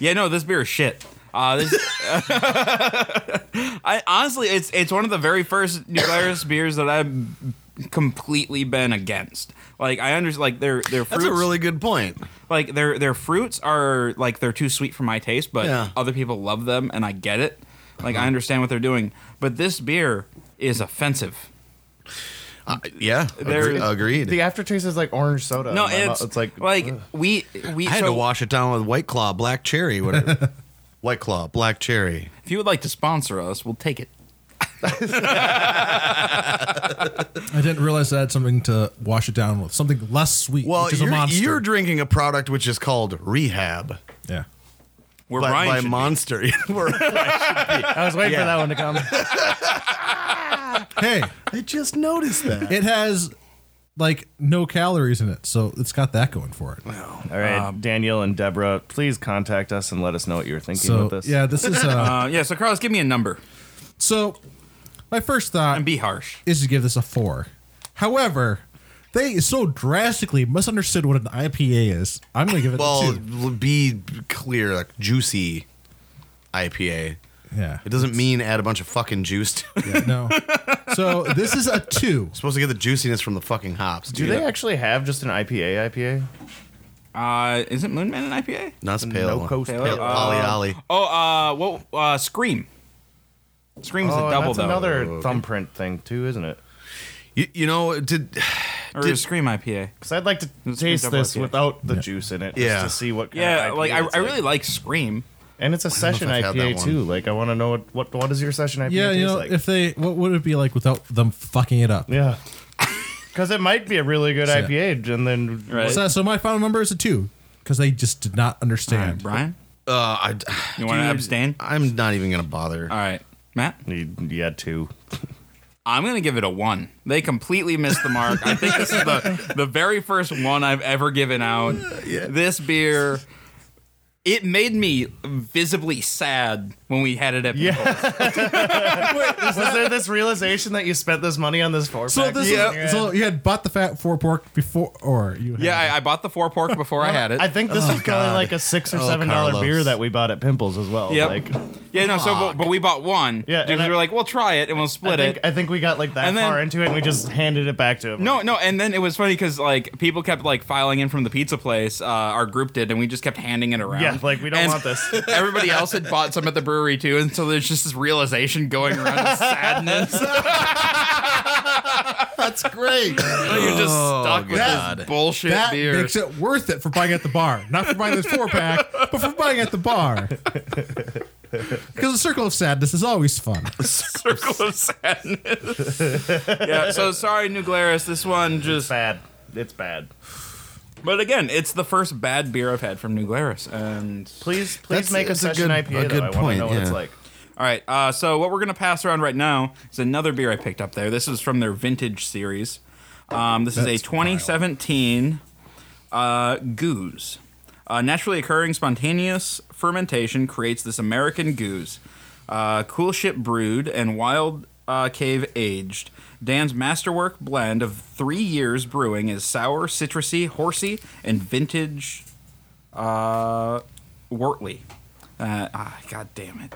[SPEAKER 2] yeah, no, this beer is shit. Uh, this, *laughs* I honestly, it's it's one of the very first New
[SPEAKER 4] *coughs*
[SPEAKER 2] Glarus beers that I've completely been against. Like I understand, like their their fruits,
[SPEAKER 4] That's a really good point.
[SPEAKER 2] like their their fruits are like they're too sweet for my taste, but
[SPEAKER 4] Yeah. Uh-huh.
[SPEAKER 2] other people love them, and I get it. Like I understand what they're doing, but this beer is offensive.
[SPEAKER 4] Uh, yeah,
[SPEAKER 2] There-
[SPEAKER 4] agree- *laughs* agreed.
[SPEAKER 5] The aftertaste is like orange soda.
[SPEAKER 4] Uh,
[SPEAKER 2] No,
[SPEAKER 5] in my
[SPEAKER 2] it's,
[SPEAKER 5] mouth. it's like
[SPEAKER 2] like
[SPEAKER 5] ugh.
[SPEAKER 2] we we
[SPEAKER 4] I had
[SPEAKER 2] so
[SPEAKER 4] to wash it down with White Claw, Black Cherry, whatever. *laughs* White Claw, Black Cherry.
[SPEAKER 2] If you would like to sponsor us, we'll take it.
[SPEAKER 3] I didn't realize I had something to wash it down with. Something less sweet,
[SPEAKER 4] Well,
[SPEAKER 3] which is a
[SPEAKER 4] you're,
[SPEAKER 3] monster.
[SPEAKER 4] you're drinking a product which is called Rehab *laughs*
[SPEAKER 3] yeah.
[SPEAKER 2] We're
[SPEAKER 4] by,
[SPEAKER 2] Brian.
[SPEAKER 4] by
[SPEAKER 2] should be.
[SPEAKER 4] Monster. *laughs*
[SPEAKER 5] I was waiting for that one
[SPEAKER 2] *laughs*
[SPEAKER 5] to come.
[SPEAKER 3] Hey,
[SPEAKER 4] I just noticed that.
[SPEAKER 3] it has like no calories in it, so it's got that going for it.
[SPEAKER 5] All right,
[SPEAKER 2] Um,
[SPEAKER 5] Daniel and Deborah, please contact us and let us know what you're thinking
[SPEAKER 3] So
[SPEAKER 5] about this.
[SPEAKER 3] yeah, this is
[SPEAKER 5] *laughs*
[SPEAKER 3] uh,
[SPEAKER 2] Uh, yeah, so Carlos, give me a number
[SPEAKER 3] so. My first thought
[SPEAKER 2] and be harsh.
[SPEAKER 3] is to give this a four. However, they so drastically misunderstood what an IPA is. I'm gonna give it
[SPEAKER 4] *laughs* Well,
[SPEAKER 3] a two.
[SPEAKER 4] be clear, like juicy IPA.
[SPEAKER 3] Yeah,
[SPEAKER 4] It doesn't mean add a bunch of fucking juice. To, you're
[SPEAKER 3] no. So this
[SPEAKER 4] *laughs*
[SPEAKER 3] is a two.
[SPEAKER 4] supposed to get the juiciness from the fucking hops.
[SPEAKER 5] Do
[SPEAKER 4] dude.
[SPEAKER 5] they actually have just an IPA? IPA?
[SPEAKER 2] Uh, isn't Moon Man an IPA?
[SPEAKER 4] No, it's pale.
[SPEAKER 5] No
[SPEAKER 4] one.
[SPEAKER 5] Coast
[SPEAKER 4] pale.
[SPEAKER 5] Pale.
[SPEAKER 4] Ollie Ollie.
[SPEAKER 2] Oh, uh, what? Uh, Scream. Scream's
[SPEAKER 5] Oh,
[SPEAKER 2] a double
[SPEAKER 5] that's
[SPEAKER 2] though.
[SPEAKER 5] another thumbprint thing too, isn't it?
[SPEAKER 4] You, you know, did
[SPEAKER 2] or
[SPEAKER 4] did-
[SPEAKER 2] a Scream IPA.
[SPEAKER 5] Because I'd like to
[SPEAKER 2] It's
[SPEAKER 5] taste
[SPEAKER 2] double
[SPEAKER 5] this
[SPEAKER 2] IPA.
[SPEAKER 5] without the juice in it, just
[SPEAKER 4] Yeah.
[SPEAKER 5] to see what. Kind
[SPEAKER 2] Yeah,
[SPEAKER 5] of IPA
[SPEAKER 2] like I,
[SPEAKER 5] it's
[SPEAKER 2] I really like Scream.
[SPEAKER 5] and it's a
[SPEAKER 4] know if
[SPEAKER 5] session
[SPEAKER 4] I've had that
[SPEAKER 5] IPA
[SPEAKER 4] one.
[SPEAKER 5] too. Like I want to know what what what is your session IPA?
[SPEAKER 3] Yeah, you
[SPEAKER 5] taste
[SPEAKER 3] know,
[SPEAKER 5] like?
[SPEAKER 3] if they what would it be like without them fucking it up?
[SPEAKER 5] yeah, because it might be a really good
[SPEAKER 3] So-
[SPEAKER 5] IPA, and then
[SPEAKER 2] Right.
[SPEAKER 3] So, so my final number is a two because they just did not
[SPEAKER 2] All right,
[SPEAKER 3] understand.
[SPEAKER 2] Brian,
[SPEAKER 4] uh, I,
[SPEAKER 2] you want to
[SPEAKER 4] dude,
[SPEAKER 2] abstain?
[SPEAKER 4] I'm not even gonna bother.
[SPEAKER 2] All right, Matt.
[SPEAKER 5] Need- yeah, two.
[SPEAKER 2] I'm gonna give it a one. They completely missed the mark. I think this is the the very first one I've ever given out. This beer It made me visibly sad when we had it at
[SPEAKER 5] Yeah.
[SPEAKER 2] People's.
[SPEAKER 5] Was there this realization that you spent this money on this four
[SPEAKER 3] So this
[SPEAKER 2] Yeah.
[SPEAKER 3] is, so you had bought the fat four pork before, or you had
[SPEAKER 2] Yeah, I, I bought the four pork before I had it.
[SPEAKER 5] *laughs* I think this is probably like a six or
[SPEAKER 4] Oh,
[SPEAKER 5] seven dollar
[SPEAKER 4] Carlos.
[SPEAKER 5] beer that we bought at Pimples as well.
[SPEAKER 2] Yep.
[SPEAKER 5] Like,
[SPEAKER 2] yeah, no. So, but, but we bought one.
[SPEAKER 5] Yeah,
[SPEAKER 2] and
[SPEAKER 5] and
[SPEAKER 2] we
[SPEAKER 5] I-
[SPEAKER 2] were like, we'll try it and we'll
[SPEAKER 5] I
[SPEAKER 2] split
[SPEAKER 5] think,
[SPEAKER 2] it.
[SPEAKER 5] I think we got like that
[SPEAKER 2] And then-
[SPEAKER 5] far into it, and we just handed it back to him.
[SPEAKER 2] No, no, and then it was funny because like people kept like filing in from the pizza place. Uh, our group did, and we just kept handing it around.
[SPEAKER 5] Yeah, like, we don't
[SPEAKER 2] And
[SPEAKER 5] want this.
[SPEAKER 2] *laughs* Everybody else had bought some at the brewery too, and so there's just this realization going around of sadness. Like,
[SPEAKER 4] That's *laughs* great.
[SPEAKER 2] Oh, You're just stuck with
[SPEAKER 4] Oh, God.
[SPEAKER 2] this bullshit
[SPEAKER 3] that
[SPEAKER 2] beer.
[SPEAKER 3] makes it worth it for buying at the bar, not for buying this four pack, but for buying at
[SPEAKER 2] *laughs*
[SPEAKER 3] the bar. Because the circle of sadness is always fun.
[SPEAKER 2] circle of sadness. yeah. So sorry, New Glarus. This one
[SPEAKER 5] It's
[SPEAKER 2] just.
[SPEAKER 5] bad. It's bad.
[SPEAKER 2] But again, it's the first bad beer I've had from New Glarus, and
[SPEAKER 5] Please, please
[SPEAKER 4] That's-
[SPEAKER 5] make a
[SPEAKER 4] it's a
[SPEAKER 5] session
[SPEAKER 4] good-
[SPEAKER 5] IPA.
[SPEAKER 4] a
[SPEAKER 5] though.
[SPEAKER 4] good
[SPEAKER 5] I want to
[SPEAKER 4] point,
[SPEAKER 5] know what it's
[SPEAKER 4] yeah.
[SPEAKER 5] like.
[SPEAKER 2] All right. Uh, so what we're gonna pass around right now is another beer I picked up there. This is from their vintage series. Um, this is
[SPEAKER 3] That's
[SPEAKER 2] a 2017 uh, goose. Uh, naturally occurring spontaneous fermentation creates this American goose. Uh, cool ship brewed and wild uh, cave aged. Dan's masterwork blend of three years brewing is sour, citrusy, horsey, and vintage uh, Wortley. Uh, ah, God damn it.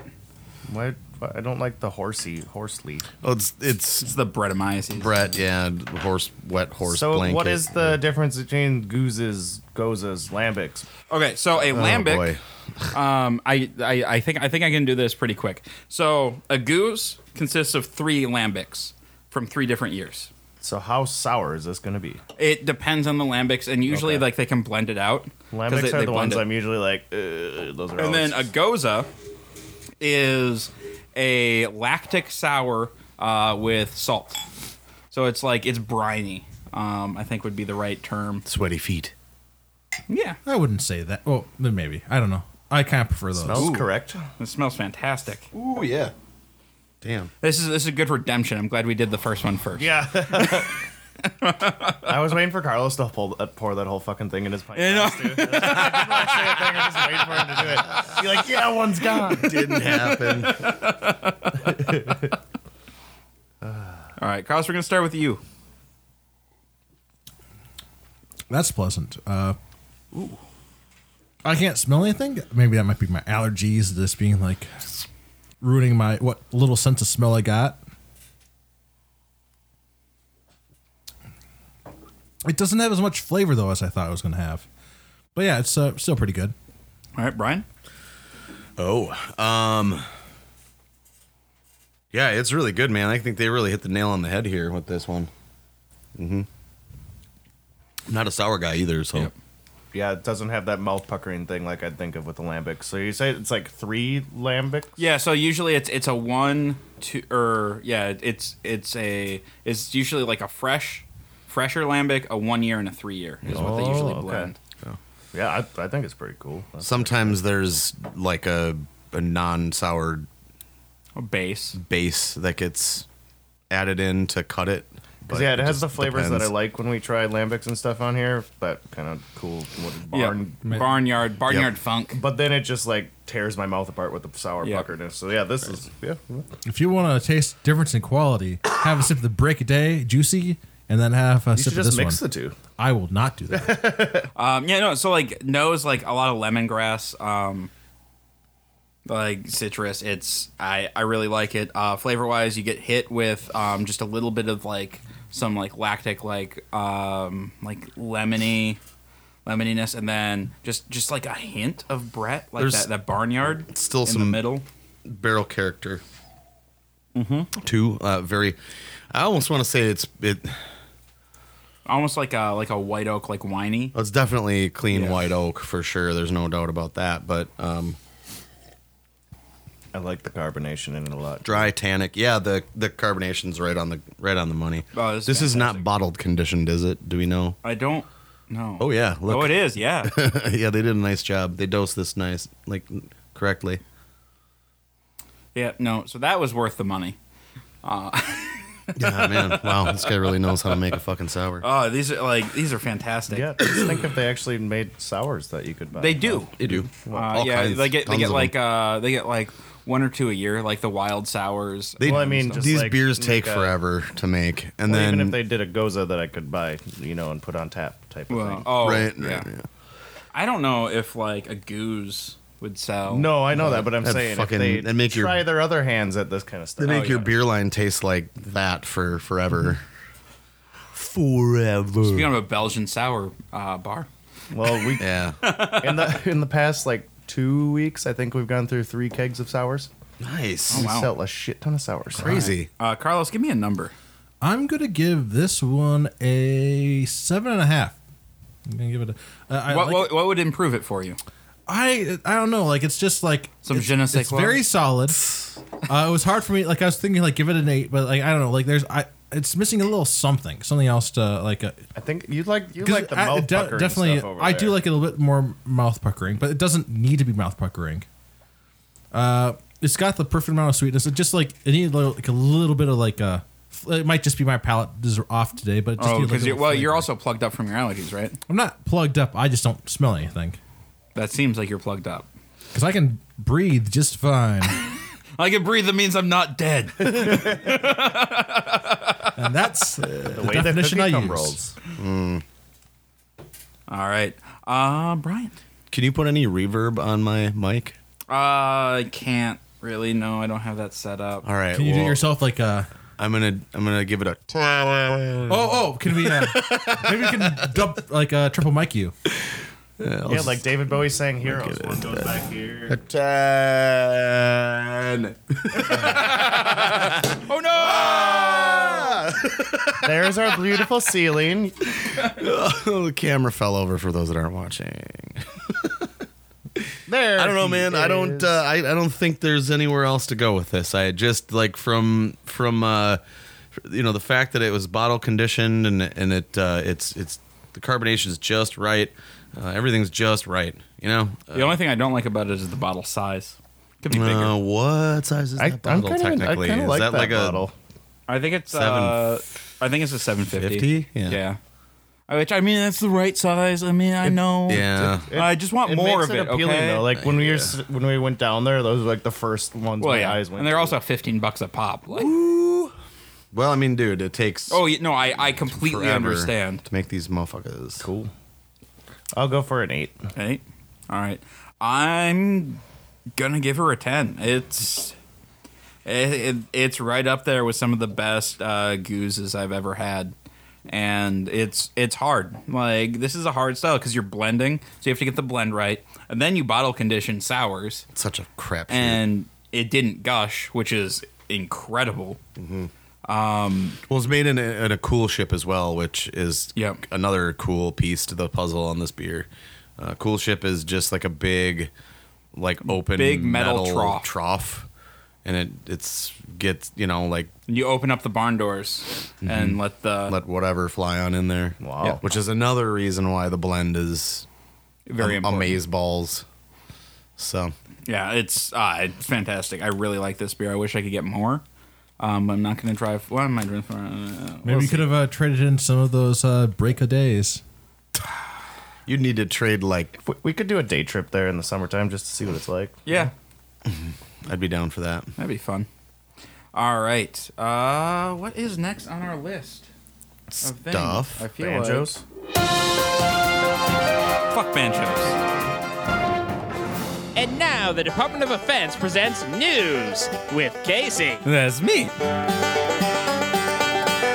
[SPEAKER 5] Why, why- I don't like the horsey, horsely.
[SPEAKER 4] Oh, it's it's
[SPEAKER 2] It's the bread of myces.
[SPEAKER 4] Brett. Yeah, horse, wet horse.
[SPEAKER 5] so,
[SPEAKER 4] blanket.
[SPEAKER 5] what is the difference between gooses, gozas, lambics?
[SPEAKER 2] Okay, so a
[SPEAKER 4] Oh,
[SPEAKER 2] lambic.
[SPEAKER 4] boy.
[SPEAKER 2] um, I, I I think I think I can do this pretty quick. So a goose consists of three lambics from three different years.
[SPEAKER 5] So, how sour is this going to be?
[SPEAKER 2] It depends on the lambics, and usually
[SPEAKER 5] Okay.
[SPEAKER 2] like they can blend it out. 'cause
[SPEAKER 5] Lambics
[SPEAKER 2] they-
[SPEAKER 5] are
[SPEAKER 2] they
[SPEAKER 5] the
[SPEAKER 2] blend
[SPEAKER 5] ones
[SPEAKER 2] it.
[SPEAKER 5] I'm usually like. "Ugh, Those are.
[SPEAKER 2] And then a
[SPEAKER 5] always-"
[SPEAKER 2] goza is a lactic sour uh, with salt. So it's like it's briny. Um, I think would be the right term.
[SPEAKER 4] sweaty feet?
[SPEAKER 2] Yeah,
[SPEAKER 3] I wouldn't say that. Well, then maybe I don't know. I kind of prefer those.
[SPEAKER 5] smells
[SPEAKER 2] *laughs*
[SPEAKER 5] correct.
[SPEAKER 2] it smells fantastic.
[SPEAKER 4] Ooh yeah. Damn.
[SPEAKER 2] This is this is a good redemption. I'm glad we did the first one first.
[SPEAKER 5] Yeah.
[SPEAKER 2] *laughs*
[SPEAKER 5] I was waiting for Carlos to pull, uh, pour that whole fucking thing in his pint.
[SPEAKER 2] You know?
[SPEAKER 5] glass, dude. *laughs* I didn't want to say a thing. I just waited for him to do it. You're like, yeah, one's gone. *laughs*
[SPEAKER 4] Didn't happen.
[SPEAKER 2] All right, Carlos, we're gonna start with you.
[SPEAKER 3] That's pleasant. Uh, I can't smell anything. Maybe that might be my allergies just being like ruining my what little sense of smell I got. It doesn't have as much flavor though as I thought it was going to have. But yeah, it's uh, still pretty good.
[SPEAKER 2] All right, Brian.
[SPEAKER 4] Oh, um, yeah, it's really good, man. I think they really hit the nail on the head here with this one. Mm-hmm. I'm not a sour guy either, so
[SPEAKER 2] Yep.
[SPEAKER 5] Yeah, it doesn't have that mouth puckering thing like I'd think of with the lambic. So you say it's like three lambics?
[SPEAKER 2] Yeah, so usually it's it's a one two or yeah, it's it's a it's usually like a fresh, fresher lambic, a one year and a three year is what they
[SPEAKER 5] Oh,
[SPEAKER 2] usually
[SPEAKER 5] okay.
[SPEAKER 2] blend.
[SPEAKER 5] Yeah, I, I think it's pretty cool.
[SPEAKER 4] sometimes there's like a, a non-sour
[SPEAKER 2] A base.
[SPEAKER 4] base that gets added in to cut it.
[SPEAKER 5] 'Cause,
[SPEAKER 4] but
[SPEAKER 5] yeah, it has
[SPEAKER 4] just
[SPEAKER 5] the flavors
[SPEAKER 4] depends.
[SPEAKER 5] that I like when we try lambics and stuff on here. That kind of cool wood barn.
[SPEAKER 2] yeah. barnyard barnyard funk.
[SPEAKER 5] But then it just like tears my mouth apart with the sour
[SPEAKER 2] Yeah.
[SPEAKER 5] puckerness. So yeah, this is yeah.
[SPEAKER 3] If you want to taste difference in quality, have a sip of the Break a Day Juicy, and then have a
[SPEAKER 5] You
[SPEAKER 3] sip
[SPEAKER 5] should
[SPEAKER 3] of this
[SPEAKER 5] just mix
[SPEAKER 3] one.
[SPEAKER 5] the two.
[SPEAKER 3] I will not do that.
[SPEAKER 2] Um, yeah, no. So like nose, like a lot of lemongrass, um, like citrus. It's I I really like it. Uh, flavor wise, you get hit with um, just a little bit of like some like lactic, like um, like lemony, lemoniness, and then just just like a hint of Brett, like
[SPEAKER 4] There's
[SPEAKER 2] that that barnyard.
[SPEAKER 4] still
[SPEAKER 2] in the
[SPEAKER 4] some-
[SPEAKER 2] middle.
[SPEAKER 4] barrel character. Mm-hmm. Two uh, very. I almost want to say it's it.
[SPEAKER 2] Almost like a like a white oak, like winey.
[SPEAKER 4] It's definitely clean white oak for sure. There's no doubt about that. But um,
[SPEAKER 5] I like the carbonation in it a lot.
[SPEAKER 4] dry tannic. Yeah, the the carbonation's right on the right on the money.
[SPEAKER 2] Oh, this
[SPEAKER 4] this
[SPEAKER 2] is
[SPEAKER 4] is not bottled conditioned, is it? Do we know?
[SPEAKER 2] I don't know.
[SPEAKER 4] Oh yeah, look.
[SPEAKER 2] Oh, it is. Yeah. *laughs*
[SPEAKER 4] *laughs* yeah, they did a nice job. They dosed this nice, like
[SPEAKER 2] *laughs*
[SPEAKER 4] correctly.
[SPEAKER 2] Yeah, no. So that was worth the money.
[SPEAKER 4] Yeah, man. Wow, this guy really knows how to make a fucking sour.
[SPEAKER 2] Oh, these are like these are fantastic.
[SPEAKER 5] Yeah, just think if they actually made sours that you could buy.
[SPEAKER 2] They do.
[SPEAKER 4] they do.
[SPEAKER 2] Uh, yeah, they get they get like uh they get like one or two a year, like the wild sours.
[SPEAKER 4] They-
[SPEAKER 5] Well, I mean, just
[SPEAKER 4] these
[SPEAKER 5] like-
[SPEAKER 4] beers take
[SPEAKER 5] like a-
[SPEAKER 4] forever to make, and
[SPEAKER 5] Well,
[SPEAKER 4] then
[SPEAKER 5] even if they did a goza that I could buy, you know, and put on tap type of
[SPEAKER 2] well,
[SPEAKER 5] thing.
[SPEAKER 2] oh,
[SPEAKER 4] right,
[SPEAKER 2] yeah.
[SPEAKER 4] right, yeah.
[SPEAKER 2] I don't know if like a goose would sell.
[SPEAKER 5] No, I know that, but I'm
[SPEAKER 4] That'd
[SPEAKER 5] saying
[SPEAKER 4] fucking-
[SPEAKER 5] if they
[SPEAKER 4] that'd make your-
[SPEAKER 5] try their other hands at this kind of stuff.
[SPEAKER 4] They make
[SPEAKER 2] Oh,
[SPEAKER 4] your
[SPEAKER 2] yeah.
[SPEAKER 4] beer line taste like that for forever.
[SPEAKER 5] Mm-hmm.
[SPEAKER 4] Forever.
[SPEAKER 2] Speaking of a Belgian sour uh, bar,
[SPEAKER 5] Well,
[SPEAKER 2] *laughs*
[SPEAKER 5] we
[SPEAKER 4] *laughs* Yeah.
[SPEAKER 5] in the in the past like two weeks, I think we've gone through three kegs of sours.
[SPEAKER 4] Nice.
[SPEAKER 5] We
[SPEAKER 2] wow.
[SPEAKER 5] sell a shit ton of sours.
[SPEAKER 4] Crazy.
[SPEAKER 2] uh, Carlos, give me a number.
[SPEAKER 3] I'm gonna give this one a seven and a half. I'm gonna give it a. Uh, I,
[SPEAKER 2] what,
[SPEAKER 3] like
[SPEAKER 2] what, what would improve it for you?
[SPEAKER 3] I I don't know. Like it's just like
[SPEAKER 2] Some
[SPEAKER 3] it's,
[SPEAKER 2] je ne sais
[SPEAKER 3] it's
[SPEAKER 2] quoi.
[SPEAKER 3] very solid. Uh, it was hard for me. Like I was thinking, like give it an eight, but like I don't know. Like there's I. It's missing a little something, something else to like. Uh,
[SPEAKER 5] I think you like you
[SPEAKER 3] 'cause
[SPEAKER 5] like the
[SPEAKER 3] I-
[SPEAKER 5] mouth
[SPEAKER 3] de-
[SPEAKER 5] puckering
[SPEAKER 3] definitely,
[SPEAKER 5] stuff over
[SPEAKER 3] I
[SPEAKER 5] there.
[SPEAKER 3] do like it a little bit more mouth puckering, but it doesn't need to be mouth puckering. Uh, it's got the perfect amount of sweetness. It just like it needed like a little bit of like a. It might just be my palate is off today, but it just
[SPEAKER 2] Oh,
[SPEAKER 3] needed, like,
[SPEAKER 2] because
[SPEAKER 3] a
[SPEAKER 2] you're,
[SPEAKER 3] little
[SPEAKER 2] well, you're
[SPEAKER 3] flavor.
[SPEAKER 2] also plugged up from your allergies, right?
[SPEAKER 3] I'm not plugged up. I just don't smell anything
[SPEAKER 2] That seems like you're plugged up.
[SPEAKER 3] because I can breathe just fine.
[SPEAKER 2] I can breathe. That means I'm not
[SPEAKER 4] *laughs*
[SPEAKER 2] dead.
[SPEAKER 3] and
[SPEAKER 5] *laughs*
[SPEAKER 3] that's uh, the,
[SPEAKER 5] way that
[SPEAKER 3] definition I
[SPEAKER 5] cookie
[SPEAKER 3] use.
[SPEAKER 5] cum rolls.
[SPEAKER 2] All right, uh, Brian.
[SPEAKER 4] Can you put any reverb on my mic?
[SPEAKER 2] Uh, I can't really. No, I don't have that set up.
[SPEAKER 4] All right.
[SPEAKER 3] Can you do
[SPEAKER 4] well,
[SPEAKER 3] it yourself like uh,
[SPEAKER 5] *laughs*
[SPEAKER 3] a?
[SPEAKER 4] I'm gonna I'm gonna give it a.
[SPEAKER 2] *laughs*
[SPEAKER 4] *laughs*
[SPEAKER 3] Oh, oh, can we? Uh, maybe we can dub like uh, triple mic you.
[SPEAKER 5] Yeah, like David Bowie sang "Heroes."
[SPEAKER 4] it
[SPEAKER 5] One goes back here.
[SPEAKER 4] *laughs*
[SPEAKER 3] *laughs*
[SPEAKER 4] Ten.
[SPEAKER 2] Oh no!
[SPEAKER 4] *laughs*
[SPEAKER 5] There's our beautiful ceiling.
[SPEAKER 4] oh, the camera fell over for those that aren't watching.
[SPEAKER 5] There.
[SPEAKER 4] I don't know,
[SPEAKER 5] he
[SPEAKER 4] man. I don't.
[SPEAKER 5] is.
[SPEAKER 4] Uh, I I don't think there's anywhere else to go with this. I just like from from uh, you know the fact that it was bottle conditioned and and it uh, it's it's the carbonation's just right. Uh, everything's just right. You know.
[SPEAKER 2] The only thing I don't like about it is the bottle size. Could be bigger.
[SPEAKER 4] Uh, what size is
[SPEAKER 5] I,
[SPEAKER 4] that
[SPEAKER 5] I'm
[SPEAKER 4] bottle?
[SPEAKER 5] kind of. I
[SPEAKER 4] technically,
[SPEAKER 5] kind of
[SPEAKER 4] is
[SPEAKER 5] like
[SPEAKER 4] that,
[SPEAKER 5] that,
[SPEAKER 4] like
[SPEAKER 5] bottle.
[SPEAKER 2] I think it's
[SPEAKER 4] Seven
[SPEAKER 2] uh, I think it's a 750.
[SPEAKER 4] 50? Yeah.
[SPEAKER 2] Uh, Which I mean, that's the right size. I mean, I know.
[SPEAKER 4] a yeah?
[SPEAKER 2] I just want
[SPEAKER 5] It
[SPEAKER 2] more
[SPEAKER 5] makes
[SPEAKER 2] of it.
[SPEAKER 5] appealing
[SPEAKER 2] okay.
[SPEAKER 5] though. Like when we were,
[SPEAKER 4] Yeah.
[SPEAKER 5] s- when we went down there, those were like the first ones
[SPEAKER 2] well,
[SPEAKER 5] my
[SPEAKER 2] yeah.
[SPEAKER 5] eyes went.
[SPEAKER 2] And they're
[SPEAKER 5] to.
[SPEAKER 2] also 15 bucks a pop. Like,
[SPEAKER 4] Well, I mean, dude, it takes
[SPEAKER 2] oh yeah, no, I I completely
[SPEAKER 4] forever
[SPEAKER 2] understand.
[SPEAKER 4] to make these motherfuckers. Cool.
[SPEAKER 5] I'll go for an eight.
[SPEAKER 2] Right. All right. I'm gonna give her a 10. It's it, it, it's right up there with some of the best uh, gooses I've ever had. And it's it's hard. Like this is a hard style because you're blending, so you have to get the blend right, and then you bottle condition sours,
[SPEAKER 4] Such a crap.
[SPEAKER 2] and it didn't gush, which is incredible.
[SPEAKER 4] Well, it's made in a, in a cool ship as well, which is
[SPEAKER 2] Yep.
[SPEAKER 4] another cool piece to the puzzle on this beer. Uh, cool ship is just like a big, like open
[SPEAKER 2] Big metal trough.
[SPEAKER 4] and it it's gets you know like
[SPEAKER 2] And you open up the barn doors and let the
[SPEAKER 4] let whatever fly on in there.
[SPEAKER 5] Wow. Yeah.
[SPEAKER 4] which is another reason why the blend is
[SPEAKER 2] very
[SPEAKER 4] am-
[SPEAKER 2] important.
[SPEAKER 4] amaze balls. So
[SPEAKER 2] Yeah, it's uh, it's fantastic. I really like this beer. I wish I could get more. Um, but I'm not gonna try. What am I drinking? Uh,
[SPEAKER 3] Maybe
[SPEAKER 2] we'll
[SPEAKER 3] you
[SPEAKER 2] see.
[SPEAKER 3] could have uh, traded in some of those uh, break a days.
[SPEAKER 4] you need to trade like
[SPEAKER 5] We, we could do a day trip there in the summertime just to see what it's like.
[SPEAKER 2] Yeah,
[SPEAKER 4] I'd be down for that.
[SPEAKER 2] that'd be fun. All right. Uh, what is next on our list? of things?
[SPEAKER 4] Stuff.
[SPEAKER 2] I feel
[SPEAKER 5] Banjos.
[SPEAKER 2] Like, fuck banjos.
[SPEAKER 6] And now the Department of Defense presents news with Casey.
[SPEAKER 2] That's me.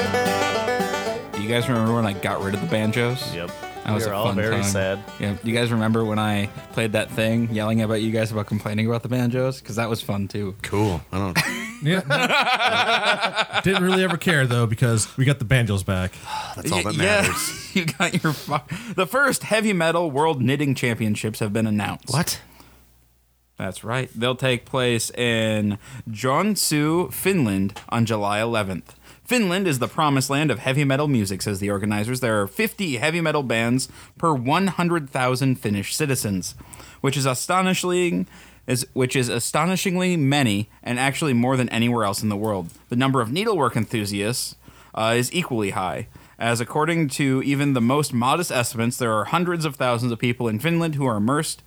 [SPEAKER 2] Do you guys remember when I got rid of the banjos?
[SPEAKER 5] Yep.
[SPEAKER 2] That was
[SPEAKER 5] we were
[SPEAKER 2] a
[SPEAKER 5] all
[SPEAKER 2] fun
[SPEAKER 5] very
[SPEAKER 2] time.
[SPEAKER 5] sad.
[SPEAKER 2] Yeah. Do you guys remember when I played that thing, yelling about you guys about complaining about the banjos? Because that was fun too.
[SPEAKER 4] Cool. I don't.
[SPEAKER 3] Yeah. Didn't really ever care though because we got the banjos back.
[SPEAKER 4] That's all
[SPEAKER 2] Y- *laughs*
[SPEAKER 4] that
[SPEAKER 2] yeah,
[SPEAKER 4] matters.
[SPEAKER 2] you got your. Fu- the first heavy metal world knitting championships have been announced.
[SPEAKER 4] What?
[SPEAKER 2] That's right. They'll take place in Jonsu, Finland on July 11th. Finland is the promised land of heavy metal music, says the organizers. There are 50 heavy metal bands per 100,000 Finnish citizens, which is astonishing is, which is astonishingly many and actually more than anywhere else in the world. The number of needlework enthusiasts uh, is equally high, as according to even the most modest estimates, there are hundreds of thousands of people in Finland who are immersed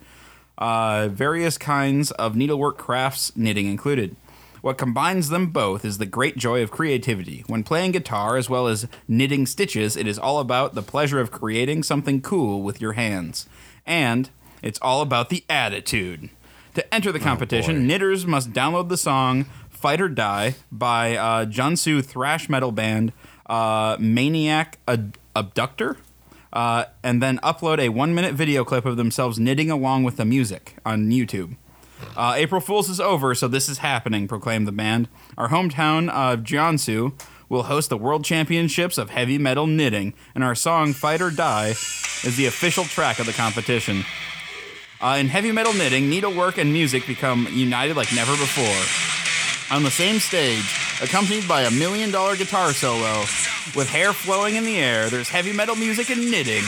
[SPEAKER 2] uh, various kinds of needlework crafts, knitting included. What combines them both is the great joy of creativity. When playing guitar as well as knitting stitches, it is all about the pleasure of creating something cool with your hands. And it's all about the attitude. To enter the competition, knitters must download the song Fight or Die by uh, Junsu thrash metal band uh, Maniac Ad- Abductor uh, and then upload a one minute video clip of themselves knitting along with the music on YouTube. Uh, April Fool's is over, so this is happening, proclaimed the band. Our hometown of Jiangsu will host the World Championships of Heavy Metal Knitting, and our song Fight or Die is the official track of the competition. Uh, in heavy metal knitting, needlework and music become united like never before on the same stage, accompanied by a million dollar guitar solo, with hair flowing in the air. There's heavy metal music and knitting.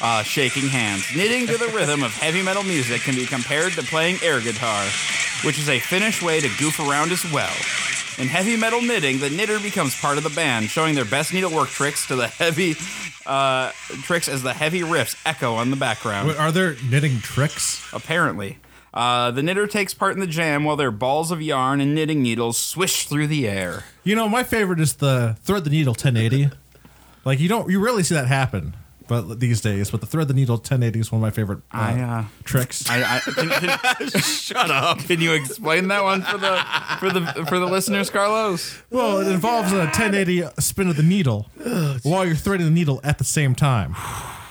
[SPEAKER 2] Uh, shaking hands. Knitting to the rhythm of heavy metal music can be compared to playing air guitar, which is a Finnish way to goof around as well. In heavy metal knitting, the knitter becomes part of the band, showing their best needlework tricks to the heavy uh, tricks as the heavy riffs echo on the background
[SPEAKER 3] Wait, are there knitting tricks?
[SPEAKER 2] apparently. Uh, the knitter takes part in the jam while their balls of yarn and knitting needles swish through the air.
[SPEAKER 3] You know, my favorite is the thread the needle 1080. Like you don't, you rarely see that happen, but these days. But the thread the needle 1080 is one of my favorite uh,
[SPEAKER 2] I, uh,
[SPEAKER 3] tricks.
[SPEAKER 2] I, *laughs* I, can, Shut up! Can you explain that one for the for the for the listeners, Carlos?
[SPEAKER 3] well, it involves a 1080 spin of the needle while you're threading the needle at the same time.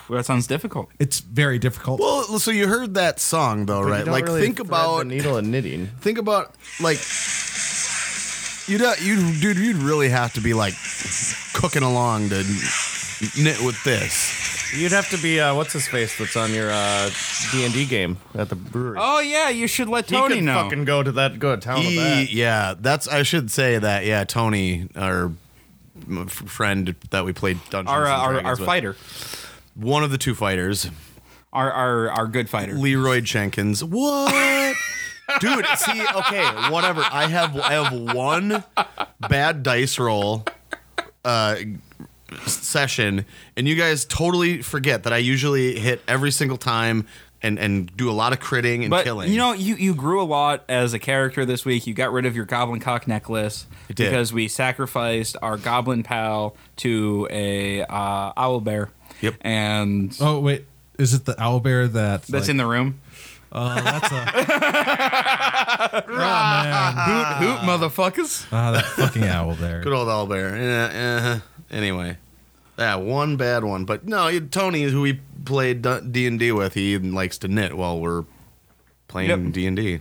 [SPEAKER 2] Well, that sounds difficult.
[SPEAKER 3] It's very difficult.
[SPEAKER 4] Well, so you heard that song though,
[SPEAKER 5] You
[SPEAKER 4] right?
[SPEAKER 5] don't
[SPEAKER 4] Like
[SPEAKER 5] really
[SPEAKER 4] think
[SPEAKER 5] thread
[SPEAKER 4] about
[SPEAKER 5] the needle and knitting.
[SPEAKER 4] think about like you would you dude you'd really have to be like cooking along to knit with this.
[SPEAKER 5] You'd have to be uh, what's his face that's on your uh, D and D game at the brewery.
[SPEAKER 2] Oh yeah, you should let
[SPEAKER 5] he
[SPEAKER 2] Tony
[SPEAKER 5] could
[SPEAKER 2] know.
[SPEAKER 5] fucking go to that go to town with
[SPEAKER 4] He-
[SPEAKER 5] that.
[SPEAKER 4] yeah, that's I should say that. Yeah, Tony, our m- f- friend that we played Dungeons
[SPEAKER 2] our, uh,
[SPEAKER 4] and
[SPEAKER 2] our
[SPEAKER 4] Dragons
[SPEAKER 2] our
[SPEAKER 4] with,
[SPEAKER 2] fighter,
[SPEAKER 4] one of the two fighters,
[SPEAKER 2] our our our good fighter.
[SPEAKER 4] Leroy
[SPEAKER 2] *laughs*
[SPEAKER 4] Jenkins. What? Dude, see, okay, whatever. I have I have one bad dice roll uh session and you guys totally forget that I usually hit every single time and and do a lot of critting and
[SPEAKER 2] But
[SPEAKER 4] killing.
[SPEAKER 2] you know, you you grew a lot as a character this week. You got rid of your goblin cock necklace
[SPEAKER 4] did.
[SPEAKER 2] because we sacrificed our goblin pal to a uh, owl bear.
[SPEAKER 4] Yep.
[SPEAKER 2] and
[SPEAKER 3] oh wait, is it the owl bear that?
[SPEAKER 2] that's in the room.
[SPEAKER 3] Oh, that's a.
[SPEAKER 2] *laughs*
[SPEAKER 3] oh man,
[SPEAKER 2] Hoot hoot, motherfuckers!
[SPEAKER 3] ah, that fucking owl there.
[SPEAKER 4] good old owlbear. Yeah, uh, anyway. Yeah, one bad one, but no, you- Tony who we played D and D with, he even likes to knit while we're playing
[SPEAKER 2] Yep.
[SPEAKER 4] D and D.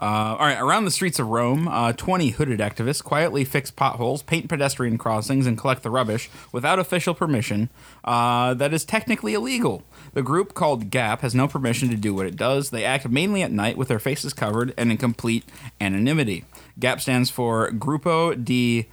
[SPEAKER 2] Uh, all right, around the streets of Rome, uh, 20 hooded activists quietly fix potholes, paint pedestrian crossings, and collect the rubbish without official permission. Uh, that is technically illegal. The group called Gap has no permission to do what it does. They act mainly at night with their faces covered and in complete anonymity. Gap stands for Gruppo di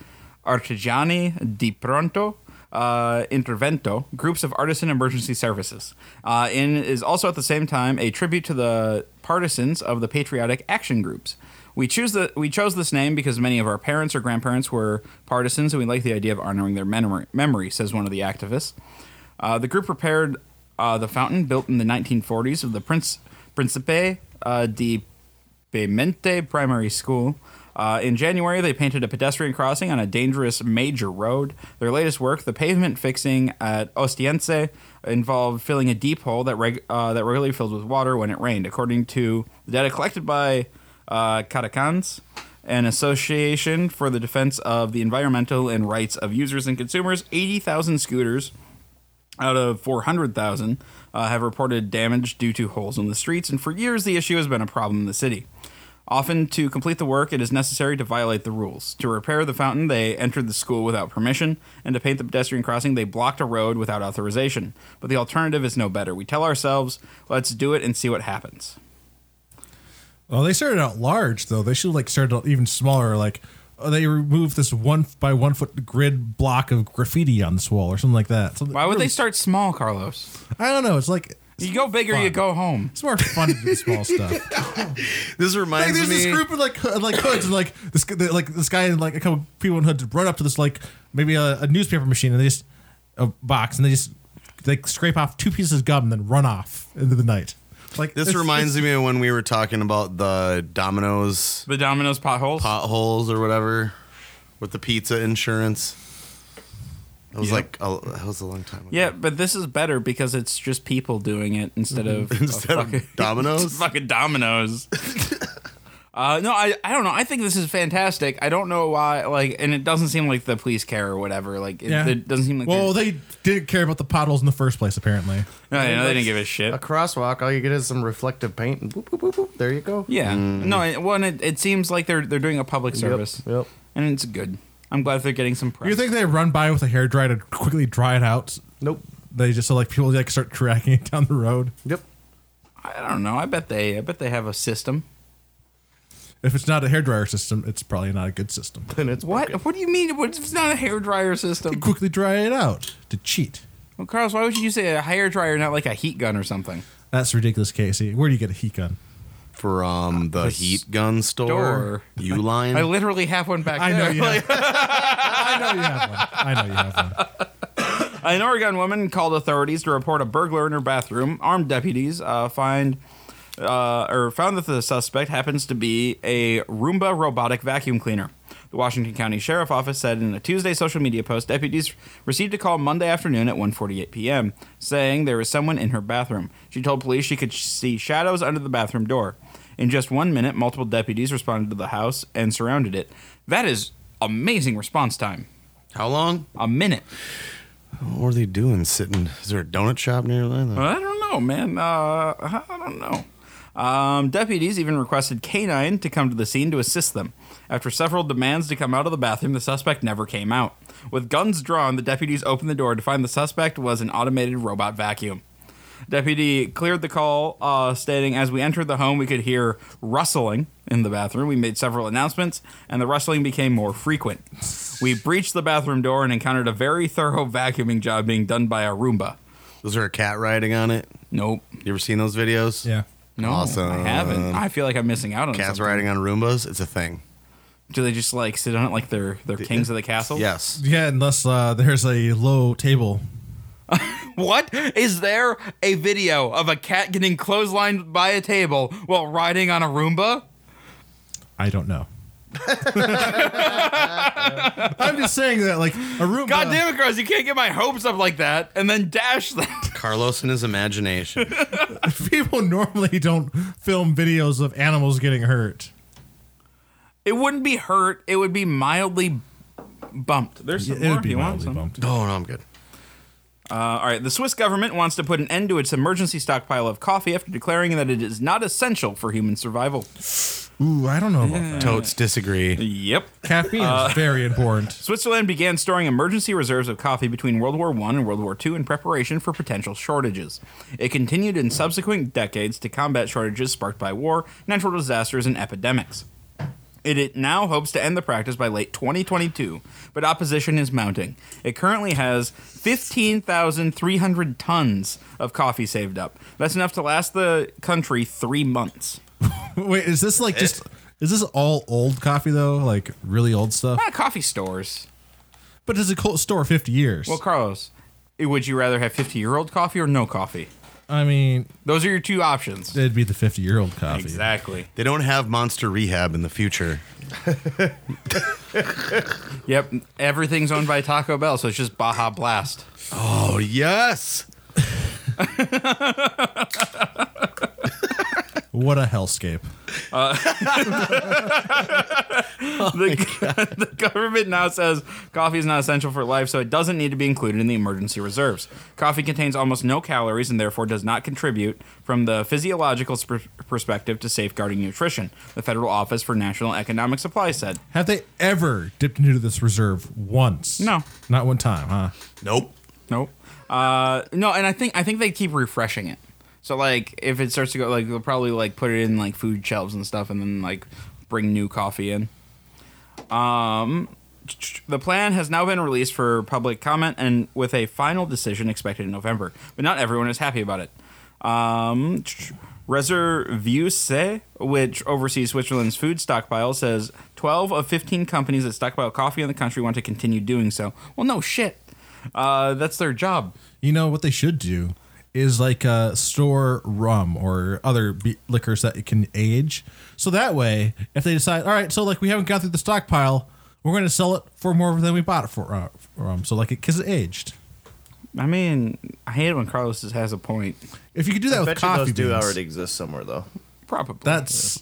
[SPEAKER 2] Artigiani di Pronto uh, Intervento, groups of artisan emergency services. Uh, and is also at the same time a tribute to the partisans of the patriotic action groups. We choose the we chose this name because many of our parents or grandparents were partisans, and we like the idea of honoring their memory. Memory says one of the activists. Uh, the group repaired uh, the fountain built in the 1940s of the Prince Principe uh, di Bemente Primary School. Uh, in January, they painted a pedestrian crossing on a dangerous major road. Their latest work, the pavement fixing at Ostiense, involved filling a deep hole that reg- uh, that regularly filled with water when it rained, according to the data collected by uh, Catacans, an association for the defense of the environmental and rights of users and consumers. Eighty thousand scooters out of 400,000 uh, have reported damage due to holes in the streets, and for years the issue has been a problem in the city. Often, to complete the work, it is necessary to violate the rules. To repair the fountain, they entered the school without permission, and to paint the pedestrian crossing, they blocked a road without authorization. But the alternative is no better. We tell ourselves, let's do it and see what happens.
[SPEAKER 3] Well, they started out large though. They should like started out even smaller. Like oh, they removed this one by one foot grid block of graffiti on this wall or something like that. Something
[SPEAKER 2] Why would
[SPEAKER 3] really-
[SPEAKER 2] they start small, Carlos?
[SPEAKER 3] I don't know. It's like
[SPEAKER 2] You go big or you go home.
[SPEAKER 3] It's more fun to do *laughs* small stuff.
[SPEAKER 4] This
[SPEAKER 3] Like,
[SPEAKER 4] reminds
[SPEAKER 3] there's
[SPEAKER 4] me.
[SPEAKER 3] this group of like ho- like hoods and like this g- the- like this guy and like a couple people in hoods run up to this like maybe a, a newspaper machine and they just a box and they just they scrape off two pieces of gum and then run off into the night. Like
[SPEAKER 4] This
[SPEAKER 3] it's-
[SPEAKER 4] reminds me of when we were talking about the Domino's
[SPEAKER 2] The Domino's potholes.
[SPEAKER 4] potholes or whatever with the pizza insurance. It was like a, that was a long time ago. *laughs*
[SPEAKER 2] yeah, but this is better because it's just people doing it instead of
[SPEAKER 4] Instead
[SPEAKER 2] fucking, *laughs*
[SPEAKER 4] of Domino's.
[SPEAKER 2] fucking Domino's. *laughs* Uh, no, I, I don't know. I think this is fantastic. I don't know why, like, and it doesn't seem like the police care or whatever. Like, it,
[SPEAKER 3] Yeah.
[SPEAKER 2] it doesn't seem like.
[SPEAKER 3] Well,
[SPEAKER 2] they're-
[SPEAKER 3] they didn't care about the potholes in the first place, apparently.
[SPEAKER 2] no, oh, yeah, they didn't give a shit.
[SPEAKER 5] A crosswalk, all you get is some reflective paint, and boop, boop, boop, boop. There you go.
[SPEAKER 2] Yeah. No, it, well, and it, it seems like they're they're doing a public service.
[SPEAKER 5] yep.
[SPEAKER 2] And it's good. I'm glad they're getting some press.
[SPEAKER 3] You think they run by with a hair dryer to quickly dry it out?
[SPEAKER 5] Nope.
[SPEAKER 3] They just so like people like start tracking it down the road.
[SPEAKER 5] Yep.
[SPEAKER 2] I don't know. I bet they I bet they have a system.
[SPEAKER 3] If it's not a hair dryer system, it's probably not a good system.
[SPEAKER 5] And it's
[SPEAKER 2] What? What do you mean? What, it's not a hair dryer system.
[SPEAKER 3] Quickly dry it out to cheat.
[SPEAKER 2] Well, Carlos, why would you say a hair dryer, not like a heat gun or something?
[SPEAKER 3] That's ridiculous, Casey. Where do you get a heat *laughs* gun?
[SPEAKER 4] from the heat gun store.
[SPEAKER 2] store.
[SPEAKER 4] You line.
[SPEAKER 2] I literally have one back
[SPEAKER 3] I know
[SPEAKER 2] there. *laughs*
[SPEAKER 3] you have one. I know Oh, you have one. I know you have one.
[SPEAKER 2] An Oregon woman called authorities to report a burglar in her bathroom. Armed deputies uh, find uh, or found that the suspect happens to be a Roomba robotic vacuum cleaner. The Washington County Sheriff Office said in a Tuesday social media post, deputies received a call Monday afternoon at 1:48 p.m. saying there was someone in her bathroom. She told police she could sh- see shadows under the bathroom door. In just one minute, multiple deputies responded to the house and surrounded it. That is amazing response time.
[SPEAKER 4] How long?
[SPEAKER 2] A minute.
[SPEAKER 4] What were they doing? Sitting? Is there a donut shop near there?
[SPEAKER 2] I don't know, man. Uh, I don't know. Um, deputies even requested K9 to come to the scene to assist them. After several demands to come out of the bathroom, the suspect never came out. With guns drawn, the deputies opened the door to find the suspect was an automated robot vacuum. Deputy cleared the call, uh, stating, As we entered the home, we could hear rustling in the bathroom. We made several announcements, and the rustling became more frequent. We breached the bathroom door and encountered a very thorough vacuuming job being done by a Roomba.
[SPEAKER 4] Was there a cat riding on it?
[SPEAKER 2] Nope.
[SPEAKER 4] You ever seen those videos?
[SPEAKER 3] Yeah.
[SPEAKER 2] No,
[SPEAKER 4] Awesome.
[SPEAKER 2] I haven't. I feel like I'm missing out on
[SPEAKER 4] Cats
[SPEAKER 2] something.
[SPEAKER 4] riding on Roombas. It's a thing.
[SPEAKER 2] Do they just like sit on it like they're they're kings of the castle? *laughs*
[SPEAKER 4] Yes.
[SPEAKER 3] Yeah, unless uh, there's a low table.
[SPEAKER 2] What is there a video of a cat getting clotheslined by a table while riding on a Roomba?
[SPEAKER 3] I don't know. *laughs* I'm just saying that, like, a room.
[SPEAKER 2] God damn it, Gross! You can't get my hopes up like that and then dash that. *laughs*
[SPEAKER 4] Carlos and his imagination.
[SPEAKER 3] *laughs* People normally don't film videos of animals getting hurt.
[SPEAKER 2] It wouldn't be hurt. It would be mildly bumped. There's some
[SPEAKER 3] It
[SPEAKER 2] more
[SPEAKER 3] would
[SPEAKER 2] if
[SPEAKER 3] be
[SPEAKER 2] you want
[SPEAKER 3] mildly
[SPEAKER 2] some.
[SPEAKER 3] bumped.
[SPEAKER 4] no, no, I'm good.
[SPEAKER 2] Uh, all right, the Swiss government wants to put an end to its emergency stockpile of coffee after declaring that it is not essential for human survival.
[SPEAKER 3] Ooh, I don't know about that.
[SPEAKER 4] Totes disagree.
[SPEAKER 2] Yep.
[SPEAKER 3] Caffeine is very important.
[SPEAKER 2] Switzerland began storing emergency reserves of coffee between World War I and World War II in preparation for potential shortages. It continued in subsequent decades to combat shortages sparked by war, natural disasters, and epidemics. It, it now hopes to end the practice by late 2022, but opposition is mounting. It currently has 15,300 tons of coffee saved up. That's enough to last the country three months.
[SPEAKER 3] *laughs* Wait, is this like just? Is this all old coffee though? Like really old stuff?
[SPEAKER 2] Not coffee stores.
[SPEAKER 3] But does it co- store fifty years?
[SPEAKER 2] Well, Carlos, would you rather have 50 year old coffee or no coffee?
[SPEAKER 3] I mean,
[SPEAKER 2] Those are your two options.
[SPEAKER 3] it'd be the fifty-year-old coffee.
[SPEAKER 2] Exactly.
[SPEAKER 4] They don't have monster rehab in the future.
[SPEAKER 2] Yep. Everything's owned by Taco Bell, so it's just Baja Blast. *laughs*
[SPEAKER 4] Oh yes.
[SPEAKER 3] What a hellscape!
[SPEAKER 2] the, the government now says coffee is not essential for life, so it doesn't need to be included in the emergency reserves. Coffee contains almost no calories and therefore does not contribute from the physiological sp- perspective to safeguarding nutrition. The Federal Office for National Economic Supply said.
[SPEAKER 3] Have they ever dipped into this reserve once?
[SPEAKER 2] No.
[SPEAKER 3] not one time, huh?
[SPEAKER 4] Nope.
[SPEAKER 2] Nope. Uh, no, and I think I think they keep refreshing it. So like, if it starts to go, like they'll probably like put it in like food shelves and stuff, and then like bring new coffee in. The plan has now been released for public comment and with a final decision expected in November, but not everyone is happy about it. Uh, Um, tr- Reservuse, which oversees Switzerland's food stockpile, says 12 of 15 companies that stockpile coffee in the country want to continue doing so. Well, no shit. Uh, that's their job.
[SPEAKER 3] You know what they should do is like uh, store rum or other be- liquors that it can age. So that way, if they decide, all right, so like we haven't gone through the stockpile, we're going to sell it for more than we bought it for. Uh, rum. So like it because it aged.
[SPEAKER 2] I mean, I hate it when Carlos just has a point.
[SPEAKER 3] If you could do that
[SPEAKER 5] I
[SPEAKER 3] with
[SPEAKER 5] bet you
[SPEAKER 3] coffee
[SPEAKER 5] those do
[SPEAKER 3] beans,
[SPEAKER 5] already exist somewhere though.
[SPEAKER 2] Probably.
[SPEAKER 3] that's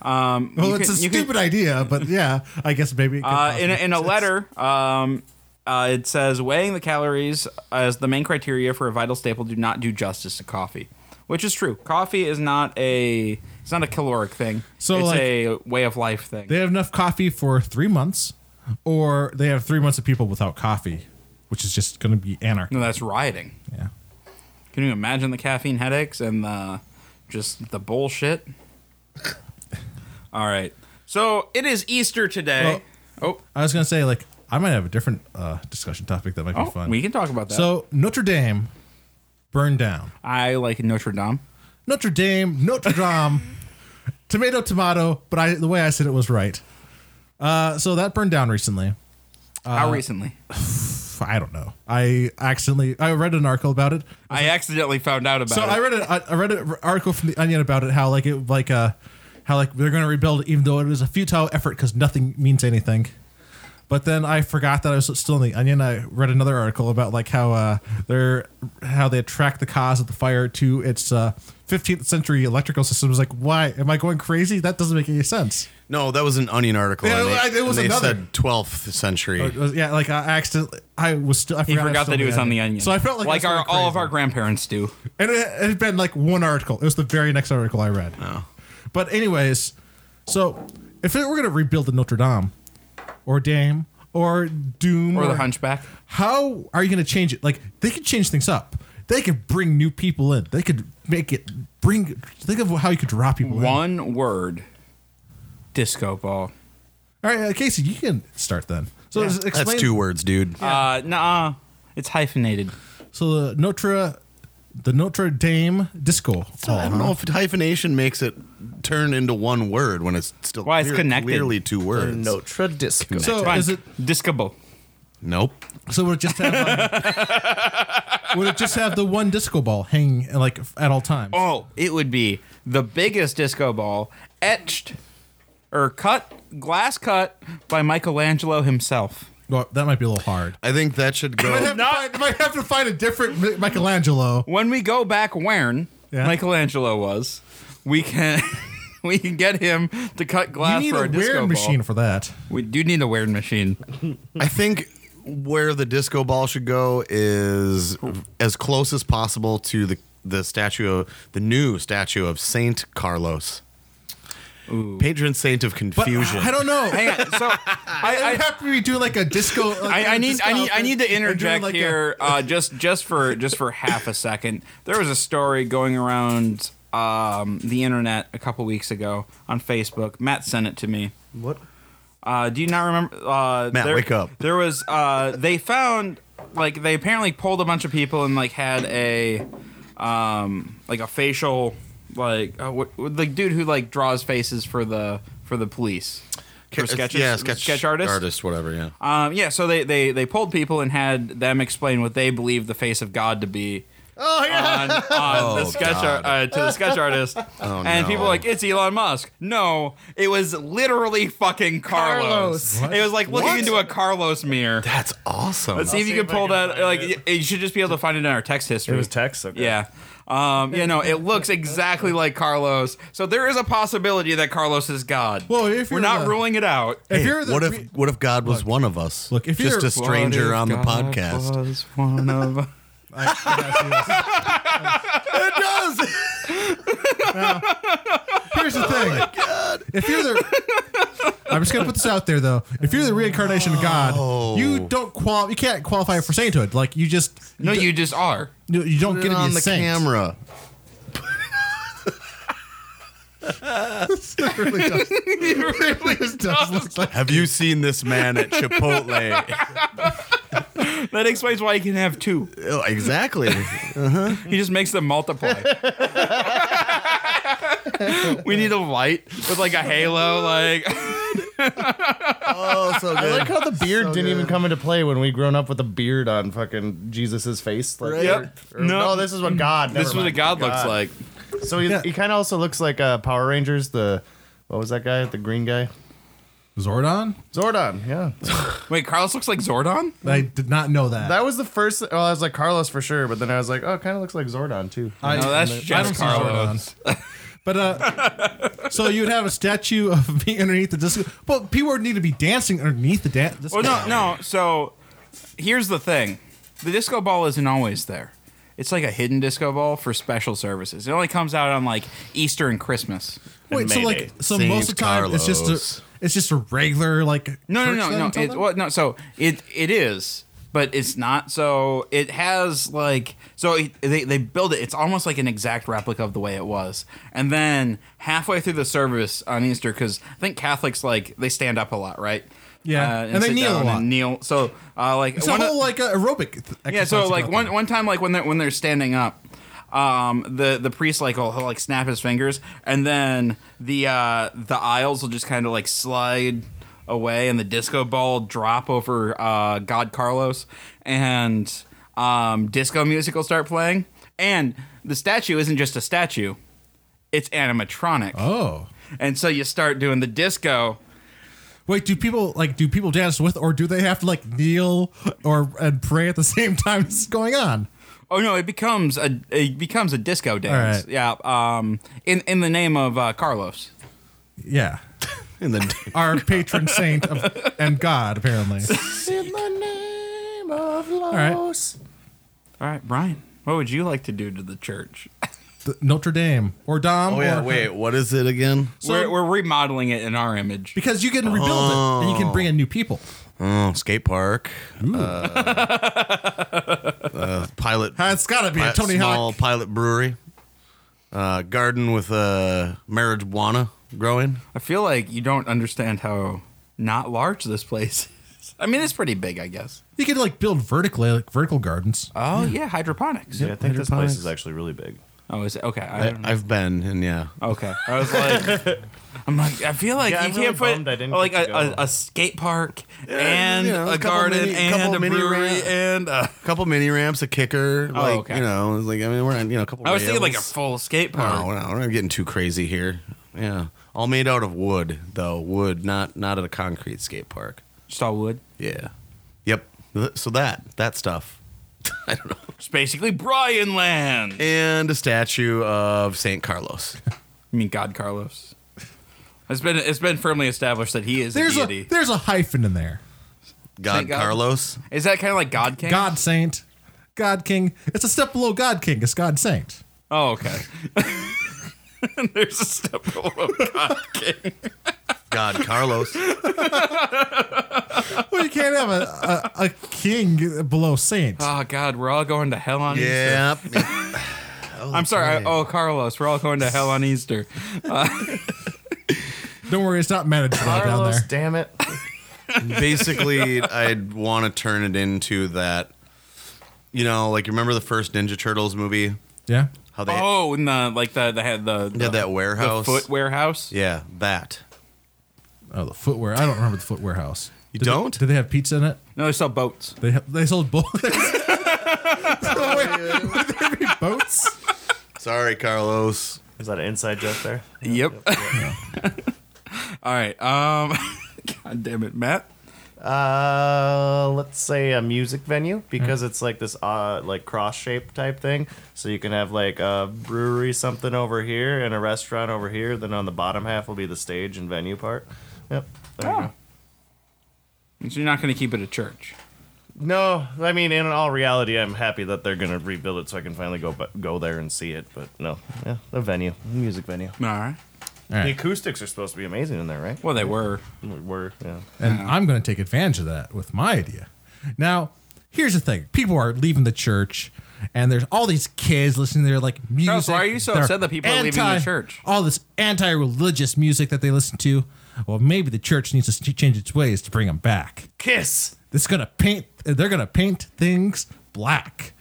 [SPEAKER 2] um,
[SPEAKER 3] well,
[SPEAKER 2] you
[SPEAKER 3] it's
[SPEAKER 2] can-
[SPEAKER 3] a
[SPEAKER 2] you can-
[SPEAKER 3] stupid idea, but yeah, I guess maybe. It could
[SPEAKER 2] Uh, in,
[SPEAKER 3] possibly
[SPEAKER 2] a, in a
[SPEAKER 3] exist.
[SPEAKER 2] letter, um, uh, it says weighing the calories as the main criteria for a vital staple do not do justice to coffee, which is true. Coffee is not a it's not a caloric thing.
[SPEAKER 3] So,
[SPEAKER 2] it's
[SPEAKER 3] like,
[SPEAKER 2] a way of life thing.
[SPEAKER 3] they have enough coffee for three months, or they have three months of people without coffee, which is just going to be anarchy.
[SPEAKER 2] no, that's rioting.
[SPEAKER 3] Yeah.
[SPEAKER 2] Can you imagine the caffeine headaches and the just the bullshit? All right, so it is Easter today. oh,
[SPEAKER 3] I was gonna say like I might have a different uh, discussion topic that might be
[SPEAKER 2] oh,
[SPEAKER 3] fun.
[SPEAKER 2] we can talk about that.
[SPEAKER 3] so Notre Dame burned down.
[SPEAKER 2] I like Notre Dame.
[SPEAKER 3] Notre Dame, Notre
[SPEAKER 2] *laughs*
[SPEAKER 3] Dame, tomato, tomato. But I the way I said it was right. Uh, so that burned down recently.
[SPEAKER 2] How recently?
[SPEAKER 3] Pff, Uh, I don't know. I accidentally I read an article about it.
[SPEAKER 2] I accidentally found out about
[SPEAKER 3] So
[SPEAKER 2] it.
[SPEAKER 3] I read a, I- I read an article from the Onion about it. How like it like uh how like they're gonna rebuild it, even though it was a futile effort because nothing means anything. But then I forgot that I was still in the Onion. I read another article about like how uh they're how they attract the cause of the fire to its uh 15th century electrical system. I was like, why am I going crazy? That doesn't make any sense.
[SPEAKER 4] No, that was an Onion article.
[SPEAKER 3] Yeah,
[SPEAKER 4] and
[SPEAKER 3] I- it was
[SPEAKER 4] and they
[SPEAKER 3] another.
[SPEAKER 4] said 12th century.
[SPEAKER 3] It was- yeah, like I accidentally I was still I
[SPEAKER 2] He
[SPEAKER 3] I
[SPEAKER 2] forgot
[SPEAKER 3] still
[SPEAKER 2] that he
[SPEAKER 3] in
[SPEAKER 2] was on the onion.
[SPEAKER 3] So I felt like I
[SPEAKER 2] like
[SPEAKER 3] was
[SPEAKER 2] our
[SPEAKER 3] going
[SPEAKER 2] all of
[SPEAKER 3] crazy.
[SPEAKER 2] our grandparents do.
[SPEAKER 3] And it it had been like one article. It was the very next article I read.
[SPEAKER 2] Oh.
[SPEAKER 3] But anyways, so if it, we're gonna rebuild the Notre Dame, or Dame, or Doom,
[SPEAKER 2] Or the Hunchback.
[SPEAKER 3] how are you gonna change it? Like they could change things up. They could bring new people in. They could make it bring. Think of how you could draw people in.
[SPEAKER 2] One word. Disco ball.
[SPEAKER 3] All right, uh, Casey, you can start then. So just explain.
[SPEAKER 4] That's two words, dude.
[SPEAKER 2] Uh, nah, it's hyphenated.
[SPEAKER 3] So the Notre, the Notre Dame Disco Hall.
[SPEAKER 4] I don't know if hyphenation makes it turn into one word when it's still
[SPEAKER 2] Why, it's connected.
[SPEAKER 4] clearly two words.
[SPEAKER 5] Notre Disco.
[SPEAKER 3] So
[SPEAKER 2] Fine.
[SPEAKER 3] is it
[SPEAKER 2] discable?
[SPEAKER 4] Nope.
[SPEAKER 3] So would it just have um, *laughs* would it just have the one disco ball hanging like at all times?
[SPEAKER 2] Oh, it would be the biggest disco ball etched or cut glass cut by Michelangelo himself.
[SPEAKER 3] Well, that might be a little hard.
[SPEAKER 4] I think that should *laughs* go.
[SPEAKER 3] to find, I might have to find a different Mi- Michelangelo.
[SPEAKER 2] When we go back when
[SPEAKER 3] Yeah.
[SPEAKER 2] Michelangelo was, we can *laughs* we can get him to cut
[SPEAKER 3] You
[SPEAKER 2] glass
[SPEAKER 3] need
[SPEAKER 2] for
[SPEAKER 3] a
[SPEAKER 2] a, disco
[SPEAKER 3] weird
[SPEAKER 2] ball.
[SPEAKER 3] machine for that.
[SPEAKER 2] We do need a weird machine.
[SPEAKER 4] I think where the disco ball should go is as close as possible to the the statue of the new statue of Saint Carlos, patron saint of
[SPEAKER 3] But
[SPEAKER 4] confusion.
[SPEAKER 3] I don't know.
[SPEAKER 2] Hang on. So I,
[SPEAKER 3] I
[SPEAKER 2] I,
[SPEAKER 3] have to be doing like a disco. like
[SPEAKER 2] I, I
[SPEAKER 3] a
[SPEAKER 2] need
[SPEAKER 3] disco
[SPEAKER 2] I need I need to
[SPEAKER 3] outfit and doing,
[SPEAKER 2] interject
[SPEAKER 3] like, a-
[SPEAKER 2] here uh, just just for just for half a second. There was a story going around um, the internet a couple weeks ago on Facebook. Matt sent it to me. What? Uh, do you not remember? Uh,
[SPEAKER 4] Matt,
[SPEAKER 2] there,
[SPEAKER 4] wake up.
[SPEAKER 2] There was uh, they found like they apparently polled a bunch of people and like had a um, like a facial like uh, what, what- the dude who like draws faces for the for the police. For sketches,
[SPEAKER 4] yeah, sketch,
[SPEAKER 2] sketch artists.
[SPEAKER 4] artist, whatever. Yeah,
[SPEAKER 3] Uh,
[SPEAKER 2] Um, yeah, so they, they, they polled people and had them explain what they believe the face of God to be. Oh yeah, on, on
[SPEAKER 5] Oh,
[SPEAKER 2] the sketch ar- uh, to the sketch
[SPEAKER 5] *laughs*
[SPEAKER 2] artist, and people
[SPEAKER 4] no.
[SPEAKER 2] were like it's Elon Musk. No, it was literally fucking Carlos.
[SPEAKER 3] Carlos. What?
[SPEAKER 2] It was like looking into a Carlos mirror.
[SPEAKER 4] that's awesome.
[SPEAKER 2] Let's see if you
[SPEAKER 5] see
[SPEAKER 2] can
[SPEAKER 5] if I
[SPEAKER 2] pull
[SPEAKER 5] can
[SPEAKER 2] that.
[SPEAKER 5] find
[SPEAKER 2] Like
[SPEAKER 5] it.
[SPEAKER 2] y- you should just be able to find it in our text history.
[SPEAKER 5] It was text. Okay.
[SPEAKER 2] Yeah. Um, you know, it looks exactly like Carlos. So there is a possibility that Carlos is God.
[SPEAKER 3] Well, if
[SPEAKER 2] we're
[SPEAKER 3] you're
[SPEAKER 2] not
[SPEAKER 3] the-
[SPEAKER 2] ruling it out.
[SPEAKER 3] If
[SPEAKER 4] Hey,
[SPEAKER 3] you're the
[SPEAKER 4] what if
[SPEAKER 3] re-
[SPEAKER 4] what if God was one of us?
[SPEAKER 3] Look, if
[SPEAKER 4] just
[SPEAKER 3] you're-
[SPEAKER 4] a stranger on the podcast. *laughs*
[SPEAKER 3] I- I
[SPEAKER 4] It does.
[SPEAKER 3] gotta
[SPEAKER 2] *laughs*
[SPEAKER 3] see this. Here's the
[SPEAKER 2] Oh
[SPEAKER 3] thing. If you're the I'm just gonna put this out there though. If you're the reincarnation of God, you don't qual you can't qualify for sainthood. Like you just
[SPEAKER 2] No, you just are.
[SPEAKER 3] you, you don't
[SPEAKER 4] Put
[SPEAKER 3] get
[SPEAKER 4] it
[SPEAKER 3] to be
[SPEAKER 4] on
[SPEAKER 3] a
[SPEAKER 4] the
[SPEAKER 3] saint.
[SPEAKER 4] *laughs* camera.
[SPEAKER 3] It does look like-
[SPEAKER 4] *laughs* Have you seen this man at Chipotle?
[SPEAKER 2] That explains why he can have two.
[SPEAKER 4] *laughs* Oh, exactly.
[SPEAKER 2] He just makes them *laughs* multiply. we need a light with like a halo, like
[SPEAKER 4] oh, so
[SPEAKER 5] I
[SPEAKER 4] good.
[SPEAKER 5] like how the beard
[SPEAKER 4] So
[SPEAKER 5] didn't even
[SPEAKER 4] good.
[SPEAKER 5] come into play when we grown up with a beard on fucking Jesus's face. Like,
[SPEAKER 2] Yep.
[SPEAKER 5] or- or-
[SPEAKER 2] No.
[SPEAKER 5] no. this is what God.
[SPEAKER 2] this is
[SPEAKER 5] never
[SPEAKER 2] what a
[SPEAKER 5] mind.
[SPEAKER 2] god looks like.
[SPEAKER 5] So he,
[SPEAKER 3] Yeah.
[SPEAKER 5] he kind of also looks like uh, Power Rangers. The what was that guy? The green guy.
[SPEAKER 3] Zordon?
[SPEAKER 5] Zordon. Yeah,
[SPEAKER 2] Wait, Carlos looks like Zordon?
[SPEAKER 3] I did not know that.
[SPEAKER 5] that was the first. Well, I was like Carlos for sure, but then I was like, oh, kind of looks like Zordon too.
[SPEAKER 3] I,
[SPEAKER 2] No, that's just
[SPEAKER 3] see
[SPEAKER 2] Carlos.
[SPEAKER 3] Zordon. *laughs* But uh, so you would have a statue of *laughs* me underneath the disco. But people would need to be dancing underneath the dance.
[SPEAKER 2] Well, no, no. So here's the thing: the disco ball isn't always there. It's like a hidden disco ball for special services. It only comes out on like Easter and Christmas.
[SPEAKER 3] Wait, so like, so
[SPEAKER 4] Saint
[SPEAKER 3] most of the time it's just
[SPEAKER 4] Carlos.
[SPEAKER 3] a, it's just a regular like.
[SPEAKER 2] No,
[SPEAKER 3] church
[SPEAKER 2] no,
[SPEAKER 3] then
[SPEAKER 2] no, no.
[SPEAKER 3] until
[SPEAKER 2] It,
[SPEAKER 3] then?
[SPEAKER 2] well, no. So it it is, but it's not. So it has like so it, they they build it. It's almost like an exact replica of the way it was. And then halfway through the service on Easter, because I think Catholics like they stand up a lot, right?
[SPEAKER 3] Yeah, and they
[SPEAKER 2] sit
[SPEAKER 3] kneel a
[SPEAKER 2] down and
[SPEAKER 3] lot.
[SPEAKER 2] kneel. So uh, like
[SPEAKER 3] It's a
[SPEAKER 2] one of-
[SPEAKER 3] whole like uh, aerobic. th-
[SPEAKER 2] Yeah,
[SPEAKER 3] exercise
[SPEAKER 2] so
[SPEAKER 3] you
[SPEAKER 2] like
[SPEAKER 3] got
[SPEAKER 2] one
[SPEAKER 3] there.
[SPEAKER 2] one time, like when they're when they're standing up, um, the the priest like will he'll, like snap his fingers, and then the uh, the aisles will just kind of like slide away, and the disco ball will drop over uh, God Carlos, and um, disco music will start playing, and the statue isn't just a statue, it's animatronic,
[SPEAKER 3] Oh.
[SPEAKER 2] and so you start doing the disco.
[SPEAKER 3] Wait, do people like do people dance with, or do they have to like kneel or and pray at the same time this is going on?
[SPEAKER 2] Oh no, it becomes a it becomes a disco dance.
[SPEAKER 3] right.
[SPEAKER 2] Yeah, um, in in the name of uh, Carlos.
[SPEAKER 3] Yeah,
[SPEAKER 4] And then
[SPEAKER 3] our patron saint of, and God apparently.
[SPEAKER 2] *laughs*
[SPEAKER 5] In the name of
[SPEAKER 3] right.
[SPEAKER 5] Los.
[SPEAKER 2] All right, Brian, what would you like to do to the church? *laughs*
[SPEAKER 3] The- Notre Dame or Dom.
[SPEAKER 4] Oh yeah,
[SPEAKER 3] or-
[SPEAKER 4] wait, what is it again?
[SPEAKER 3] So-
[SPEAKER 2] we're, we're remodeling it in our image.
[SPEAKER 3] because you can rebuild it and you can bring in new people.
[SPEAKER 4] Oh, skate park. *laughs* Uh, uh, pilot.
[SPEAKER 3] It's got to be
[SPEAKER 4] pi-
[SPEAKER 3] a Tony
[SPEAKER 4] small
[SPEAKER 3] Hawk.
[SPEAKER 4] pilot brewery. Uh, garden with uh, marijuana growing.
[SPEAKER 2] I feel like you don't understand how not large this place is. I mean, it's pretty big, I guess.
[SPEAKER 3] You could like build vertically, like vertical gardens.
[SPEAKER 2] Oh yeah, hydroponics.
[SPEAKER 5] Dude, I think this place is actually really big.
[SPEAKER 2] Oh, is it okay? I,
[SPEAKER 4] I,
[SPEAKER 2] don't know.
[SPEAKER 4] I've been and yeah.
[SPEAKER 2] okay, *laughs* I was like, I'm like, I feel like
[SPEAKER 5] Yeah,
[SPEAKER 2] you
[SPEAKER 5] I'm
[SPEAKER 2] can't
[SPEAKER 5] really
[SPEAKER 2] put
[SPEAKER 5] bummed I didn't
[SPEAKER 2] like
[SPEAKER 5] get
[SPEAKER 2] a,
[SPEAKER 5] to
[SPEAKER 2] a,
[SPEAKER 5] go.
[SPEAKER 2] a skate park and
[SPEAKER 4] you know,
[SPEAKER 2] a
[SPEAKER 4] a couple
[SPEAKER 2] garden
[SPEAKER 4] mini-
[SPEAKER 2] and
[SPEAKER 4] couple
[SPEAKER 2] a
[SPEAKER 4] mini
[SPEAKER 2] brewery
[SPEAKER 4] ramps.
[SPEAKER 2] and a,
[SPEAKER 4] A couple mini ramps, a kicker. like
[SPEAKER 2] Oh, okay.
[SPEAKER 4] you know, it's like I mean, we're on you know a couple.
[SPEAKER 2] I was thinking like a
[SPEAKER 4] rails. Oh,
[SPEAKER 2] full skate park.
[SPEAKER 4] No, no, we're not getting too crazy here. Yeah, all made out of wood though. Wood, not not at a concrete skate park.
[SPEAKER 2] Just all wood.
[SPEAKER 4] Yeah. Yep. Th- So that that stuff. I don't know.
[SPEAKER 2] It's basically Brian Land.
[SPEAKER 4] And a statue of
[SPEAKER 2] *laughs*
[SPEAKER 4] Saint Carlos.
[SPEAKER 2] I mean, God Carlos. It's been it's been firmly established that he is
[SPEAKER 3] There's
[SPEAKER 2] a
[SPEAKER 3] a
[SPEAKER 2] deity.
[SPEAKER 3] there's a hyphen in there.
[SPEAKER 4] God
[SPEAKER 2] Saint God?
[SPEAKER 4] Carlos.
[SPEAKER 2] Is that kind of like God King?
[SPEAKER 3] God Saint, God King. It's a step below God King. It's God Saint.
[SPEAKER 2] Oh, okay. *laughs* There's a step below God King. *laughs*
[SPEAKER 4] God Carlos.
[SPEAKER 3] Well, you can't have a, a, a king below Saint.
[SPEAKER 2] Oh God, we're all going to hell on Easter.
[SPEAKER 4] yep.
[SPEAKER 2] *laughs* I'm sorry. I- oh, Carlos, we're all going to hell on Easter.
[SPEAKER 3] Don't worry, it's not managed well down
[SPEAKER 5] Carlos,
[SPEAKER 3] there.
[SPEAKER 5] damn it.
[SPEAKER 4] Basically, I'd want to turn it into that. You know, like you remember the first Ninja Turtles movie?
[SPEAKER 3] Yeah.
[SPEAKER 4] How they
[SPEAKER 2] Oh, in the like the the head the,
[SPEAKER 4] had that
[SPEAKER 2] the
[SPEAKER 4] warehouse.
[SPEAKER 2] foot warehouse.
[SPEAKER 4] Yeah, that.
[SPEAKER 3] Oh, the footwear. I don't remember the footwear house.
[SPEAKER 4] You
[SPEAKER 3] Did they-
[SPEAKER 4] don't?
[SPEAKER 3] did they have pizza in it?
[SPEAKER 2] No, they sell boats.
[SPEAKER 3] They ha- they sold boats. *laughs* boats.
[SPEAKER 4] Sorry, Carlos.
[SPEAKER 5] Is that an inside joke there?
[SPEAKER 2] Yep. *laughs* all right. Um. *laughs* God damn it, Matt.
[SPEAKER 5] Uh, let's say a music venue
[SPEAKER 2] Hmm.
[SPEAKER 5] because it's like this uh like cross shape type thing. So you can have like a brewery something over here and a restaurant over here. Then on the bottom half will be the stage and venue part. Yep. There
[SPEAKER 2] Oh.
[SPEAKER 5] you go.
[SPEAKER 2] So you're not going to keep it a church.
[SPEAKER 5] No, I mean in all reality, I'm happy that they're gonna rebuild it so I can finally go bu- go there and see it. But no, yeah, a venue, a music venue.
[SPEAKER 2] All right.
[SPEAKER 5] The acoustics are supposed to be amazing in there, right?
[SPEAKER 2] Well, they were.
[SPEAKER 5] We're yeah.
[SPEAKER 3] And I'm going to take advantage of that with my idea. Now, here's the thing: people are leaving the church, and there's all these kids listening to their like music.
[SPEAKER 2] why are you so
[SPEAKER 3] They're
[SPEAKER 2] upset that people are leaving the church?
[SPEAKER 3] All this anti-religious music that they listen to. Well, maybe the church needs to s- change its ways to bring them back.
[SPEAKER 5] Kiss.
[SPEAKER 3] It's gonna paint. They're gonna paint things black.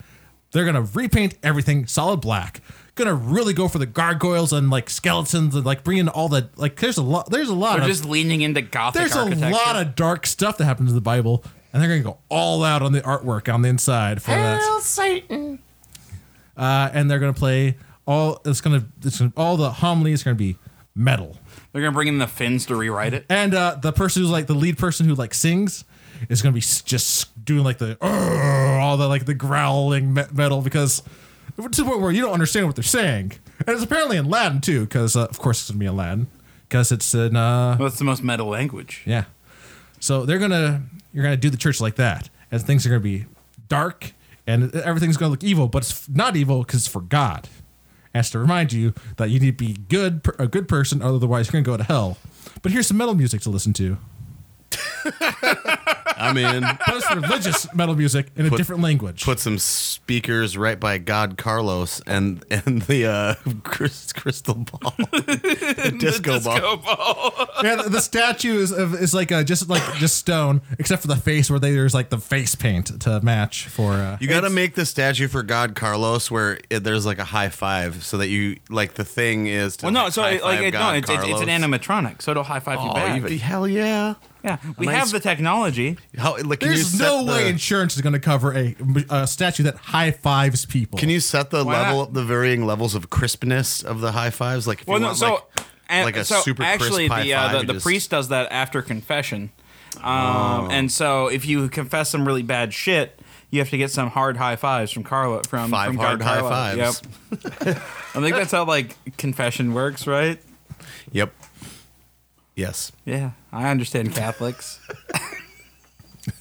[SPEAKER 3] They're gonna repaint everything solid black. Gonna really go for the gargoyles and like skeletons and like bringing all the like. There's a lot. There's a lot
[SPEAKER 2] They're
[SPEAKER 3] of
[SPEAKER 2] just leaning into gothic
[SPEAKER 3] Uh, there's a
[SPEAKER 2] architecture.
[SPEAKER 3] lot of dark stuff that happens in the Bible, and they're gonna go all out on the artwork on the inside for that.
[SPEAKER 5] Satan.
[SPEAKER 3] Uh, and they're gonna play all. It's gonna. It's gonna, all the homilies are gonna be metal.
[SPEAKER 2] They're gonna bring in the Finns to rewrite it.
[SPEAKER 3] And uh, the person who's like the lead person who like sings is gonna be s- just doing like the "Arr," all the like the growling me- metal because to the point where you don't understand what they're saying, and it's apparently in Latin too because uh, of course it's gonna be in Latin because it's in uh,
[SPEAKER 2] Well, that's the most metal language.
[SPEAKER 3] Yeah. So they're gonna you're gonna do the church like that, and things are gonna be dark, and everything's gonna look evil, but it's not evil because it's for God. And it's to remind you that you need to be good, a good person, otherwise you're gonna go to hell. But here's some metal music to listen to.
[SPEAKER 4] I mean,
[SPEAKER 3] But it's religious metal music in a different language.
[SPEAKER 4] *laughs* put some speakers right by God Carlos and and the uh, *laughs* Chris, crystal ball, *laughs* the *laughs* disco, ball.
[SPEAKER 3] yeah, the, the statue is, of- is like uh just like just stone, except for the face where they, there's like the face paint to match for. Uh,
[SPEAKER 4] You got to make the statue for God Carlos where it, there's like a high five, so that you like the thing is. To
[SPEAKER 2] Well, no, so
[SPEAKER 4] high
[SPEAKER 2] it, like
[SPEAKER 4] five
[SPEAKER 2] it, no,
[SPEAKER 4] God
[SPEAKER 2] it's, it's, it's an
[SPEAKER 4] Carlos.
[SPEAKER 2] animatronic, so it'll high five you back.
[SPEAKER 4] Oh, you- hell yeah!
[SPEAKER 2] yeah, we
[SPEAKER 4] nice-
[SPEAKER 2] have the technology.
[SPEAKER 4] How like can
[SPEAKER 3] there's
[SPEAKER 4] you
[SPEAKER 3] no
[SPEAKER 4] set the-
[SPEAKER 3] way insurance is going to cover a, a statue that high fives people.
[SPEAKER 4] Can you set the
[SPEAKER 2] Why
[SPEAKER 4] level,
[SPEAKER 2] not?
[SPEAKER 4] the varying levels of crispness of the high fives? Like if
[SPEAKER 2] Well,
[SPEAKER 4] you
[SPEAKER 2] no,
[SPEAKER 4] want
[SPEAKER 2] so
[SPEAKER 4] like,
[SPEAKER 2] and-
[SPEAKER 4] like a
[SPEAKER 2] so
[SPEAKER 4] super
[SPEAKER 2] actually,
[SPEAKER 4] crisp high
[SPEAKER 2] the, uh,
[SPEAKER 4] five,
[SPEAKER 2] the
[SPEAKER 4] you
[SPEAKER 2] the
[SPEAKER 4] just- Oh.
[SPEAKER 2] priest does that after confession, um, and so if you confess some really bad shit, you have to get some hard high fives from Carlo from
[SPEAKER 4] Five
[SPEAKER 2] from
[SPEAKER 4] hard
[SPEAKER 2] God
[SPEAKER 4] high
[SPEAKER 2] Carlo.
[SPEAKER 4] fives.
[SPEAKER 2] Yep, *laughs* I think that's how like confession works, right?
[SPEAKER 4] Yep. Yes.
[SPEAKER 2] Yeah, I understand Catholics.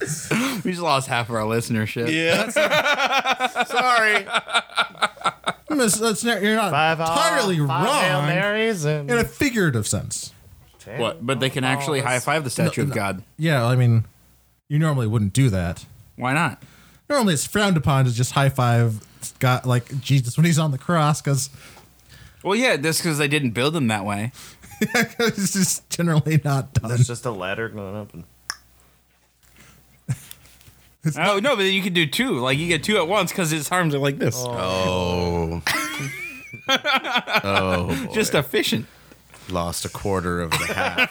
[SPEAKER 2] we just lost half of our listenership.
[SPEAKER 4] Yeah. Sorry.
[SPEAKER 3] That's- that's not- you're not
[SPEAKER 5] Five
[SPEAKER 3] entirely
[SPEAKER 5] five Hail
[SPEAKER 3] wrong
[SPEAKER 5] Marys and
[SPEAKER 3] in a figurative sense.
[SPEAKER 5] ten
[SPEAKER 2] What? But they can actually high
[SPEAKER 5] balls.
[SPEAKER 2] five the statue of God.
[SPEAKER 3] Yeah, I mean, you normally wouldn't do that.
[SPEAKER 2] Why not?
[SPEAKER 3] Normally, it's frowned upon to just high five God, like Jesus when he's on the cross, *laughs* because
[SPEAKER 2] Well, yeah, that's because they didn't build them that way.
[SPEAKER 3] it's just generally not done.
[SPEAKER 5] There's just a ladder going up and.
[SPEAKER 2] Oh no, but then you can do two. Like you get two at once because his arms are like this.
[SPEAKER 4] Oh. oh.
[SPEAKER 2] Just efficient.
[SPEAKER 4] Lost a quarter of the half.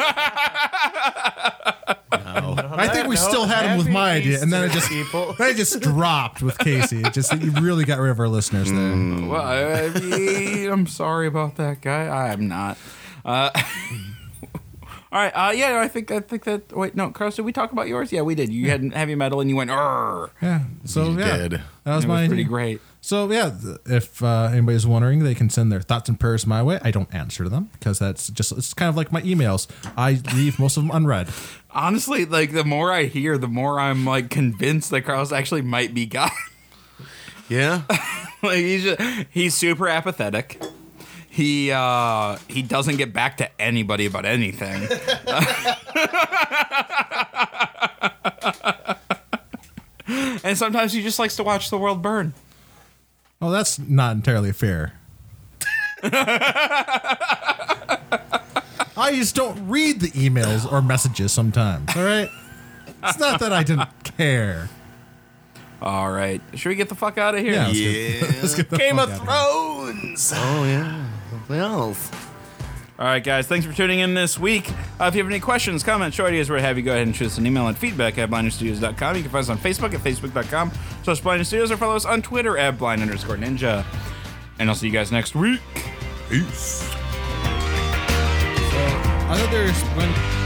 [SPEAKER 3] I think we
[SPEAKER 5] No,
[SPEAKER 3] still had him with
[SPEAKER 5] happy
[SPEAKER 3] my idea, and then it
[SPEAKER 5] Easter,
[SPEAKER 3] just
[SPEAKER 5] people.
[SPEAKER 3] then it just dropped with Casey. It just you really got rid of our listeners there.
[SPEAKER 4] Hmm.
[SPEAKER 2] Well, I, I mean, I'm sorry about that guy. I'm not. Uh, *laughs* all right. Uh, yeah, I think I think that. Wait, no, Carlos, did we talk about yours? Yeah, we did. You had heavy metal, and you went. "Arr."
[SPEAKER 3] Yeah, so
[SPEAKER 4] You
[SPEAKER 3] yeah,
[SPEAKER 4] did.
[SPEAKER 3] that was
[SPEAKER 2] It
[SPEAKER 3] my
[SPEAKER 2] was pretty
[SPEAKER 3] idea.
[SPEAKER 2] great.
[SPEAKER 3] So yeah, th- if uh, anybody's wondering, they can send their thoughts and prayers my way. I don't answer them because that's just it's kind of like my emails. I leave most of them unread.
[SPEAKER 2] Honestly, like the more I hear, the more I'm like convinced that Carlos actually might be God. *laughs*
[SPEAKER 4] Yeah.
[SPEAKER 2] like he's just, he's super apathetic. He uh he doesn't get back to anybody about anything. *laughs* and sometimes he just likes to watch the world burn.
[SPEAKER 3] Oh, that's not entirely fair. *laughs* I just don't read the emails or messages sometimes. All right, it's not that I didn't care.
[SPEAKER 2] All right, should we get the fuck out of here?
[SPEAKER 3] Yeah. *laughs*
[SPEAKER 4] Yeah.
[SPEAKER 3] Game of
[SPEAKER 4] Thrones. Oh yeah. What else?
[SPEAKER 2] All right, guys, thanks for tuning in this week. Uh, if you have any questions, comments, short ideas, where have you, go ahead and shoot us an email at feedback at blindstudios.com. You can find us on Facebook at facebook.com slash blindstudios or follow us on Twitter at blind underscore ninja. And I'll see you guys next week.
[SPEAKER 3] I thought there was one.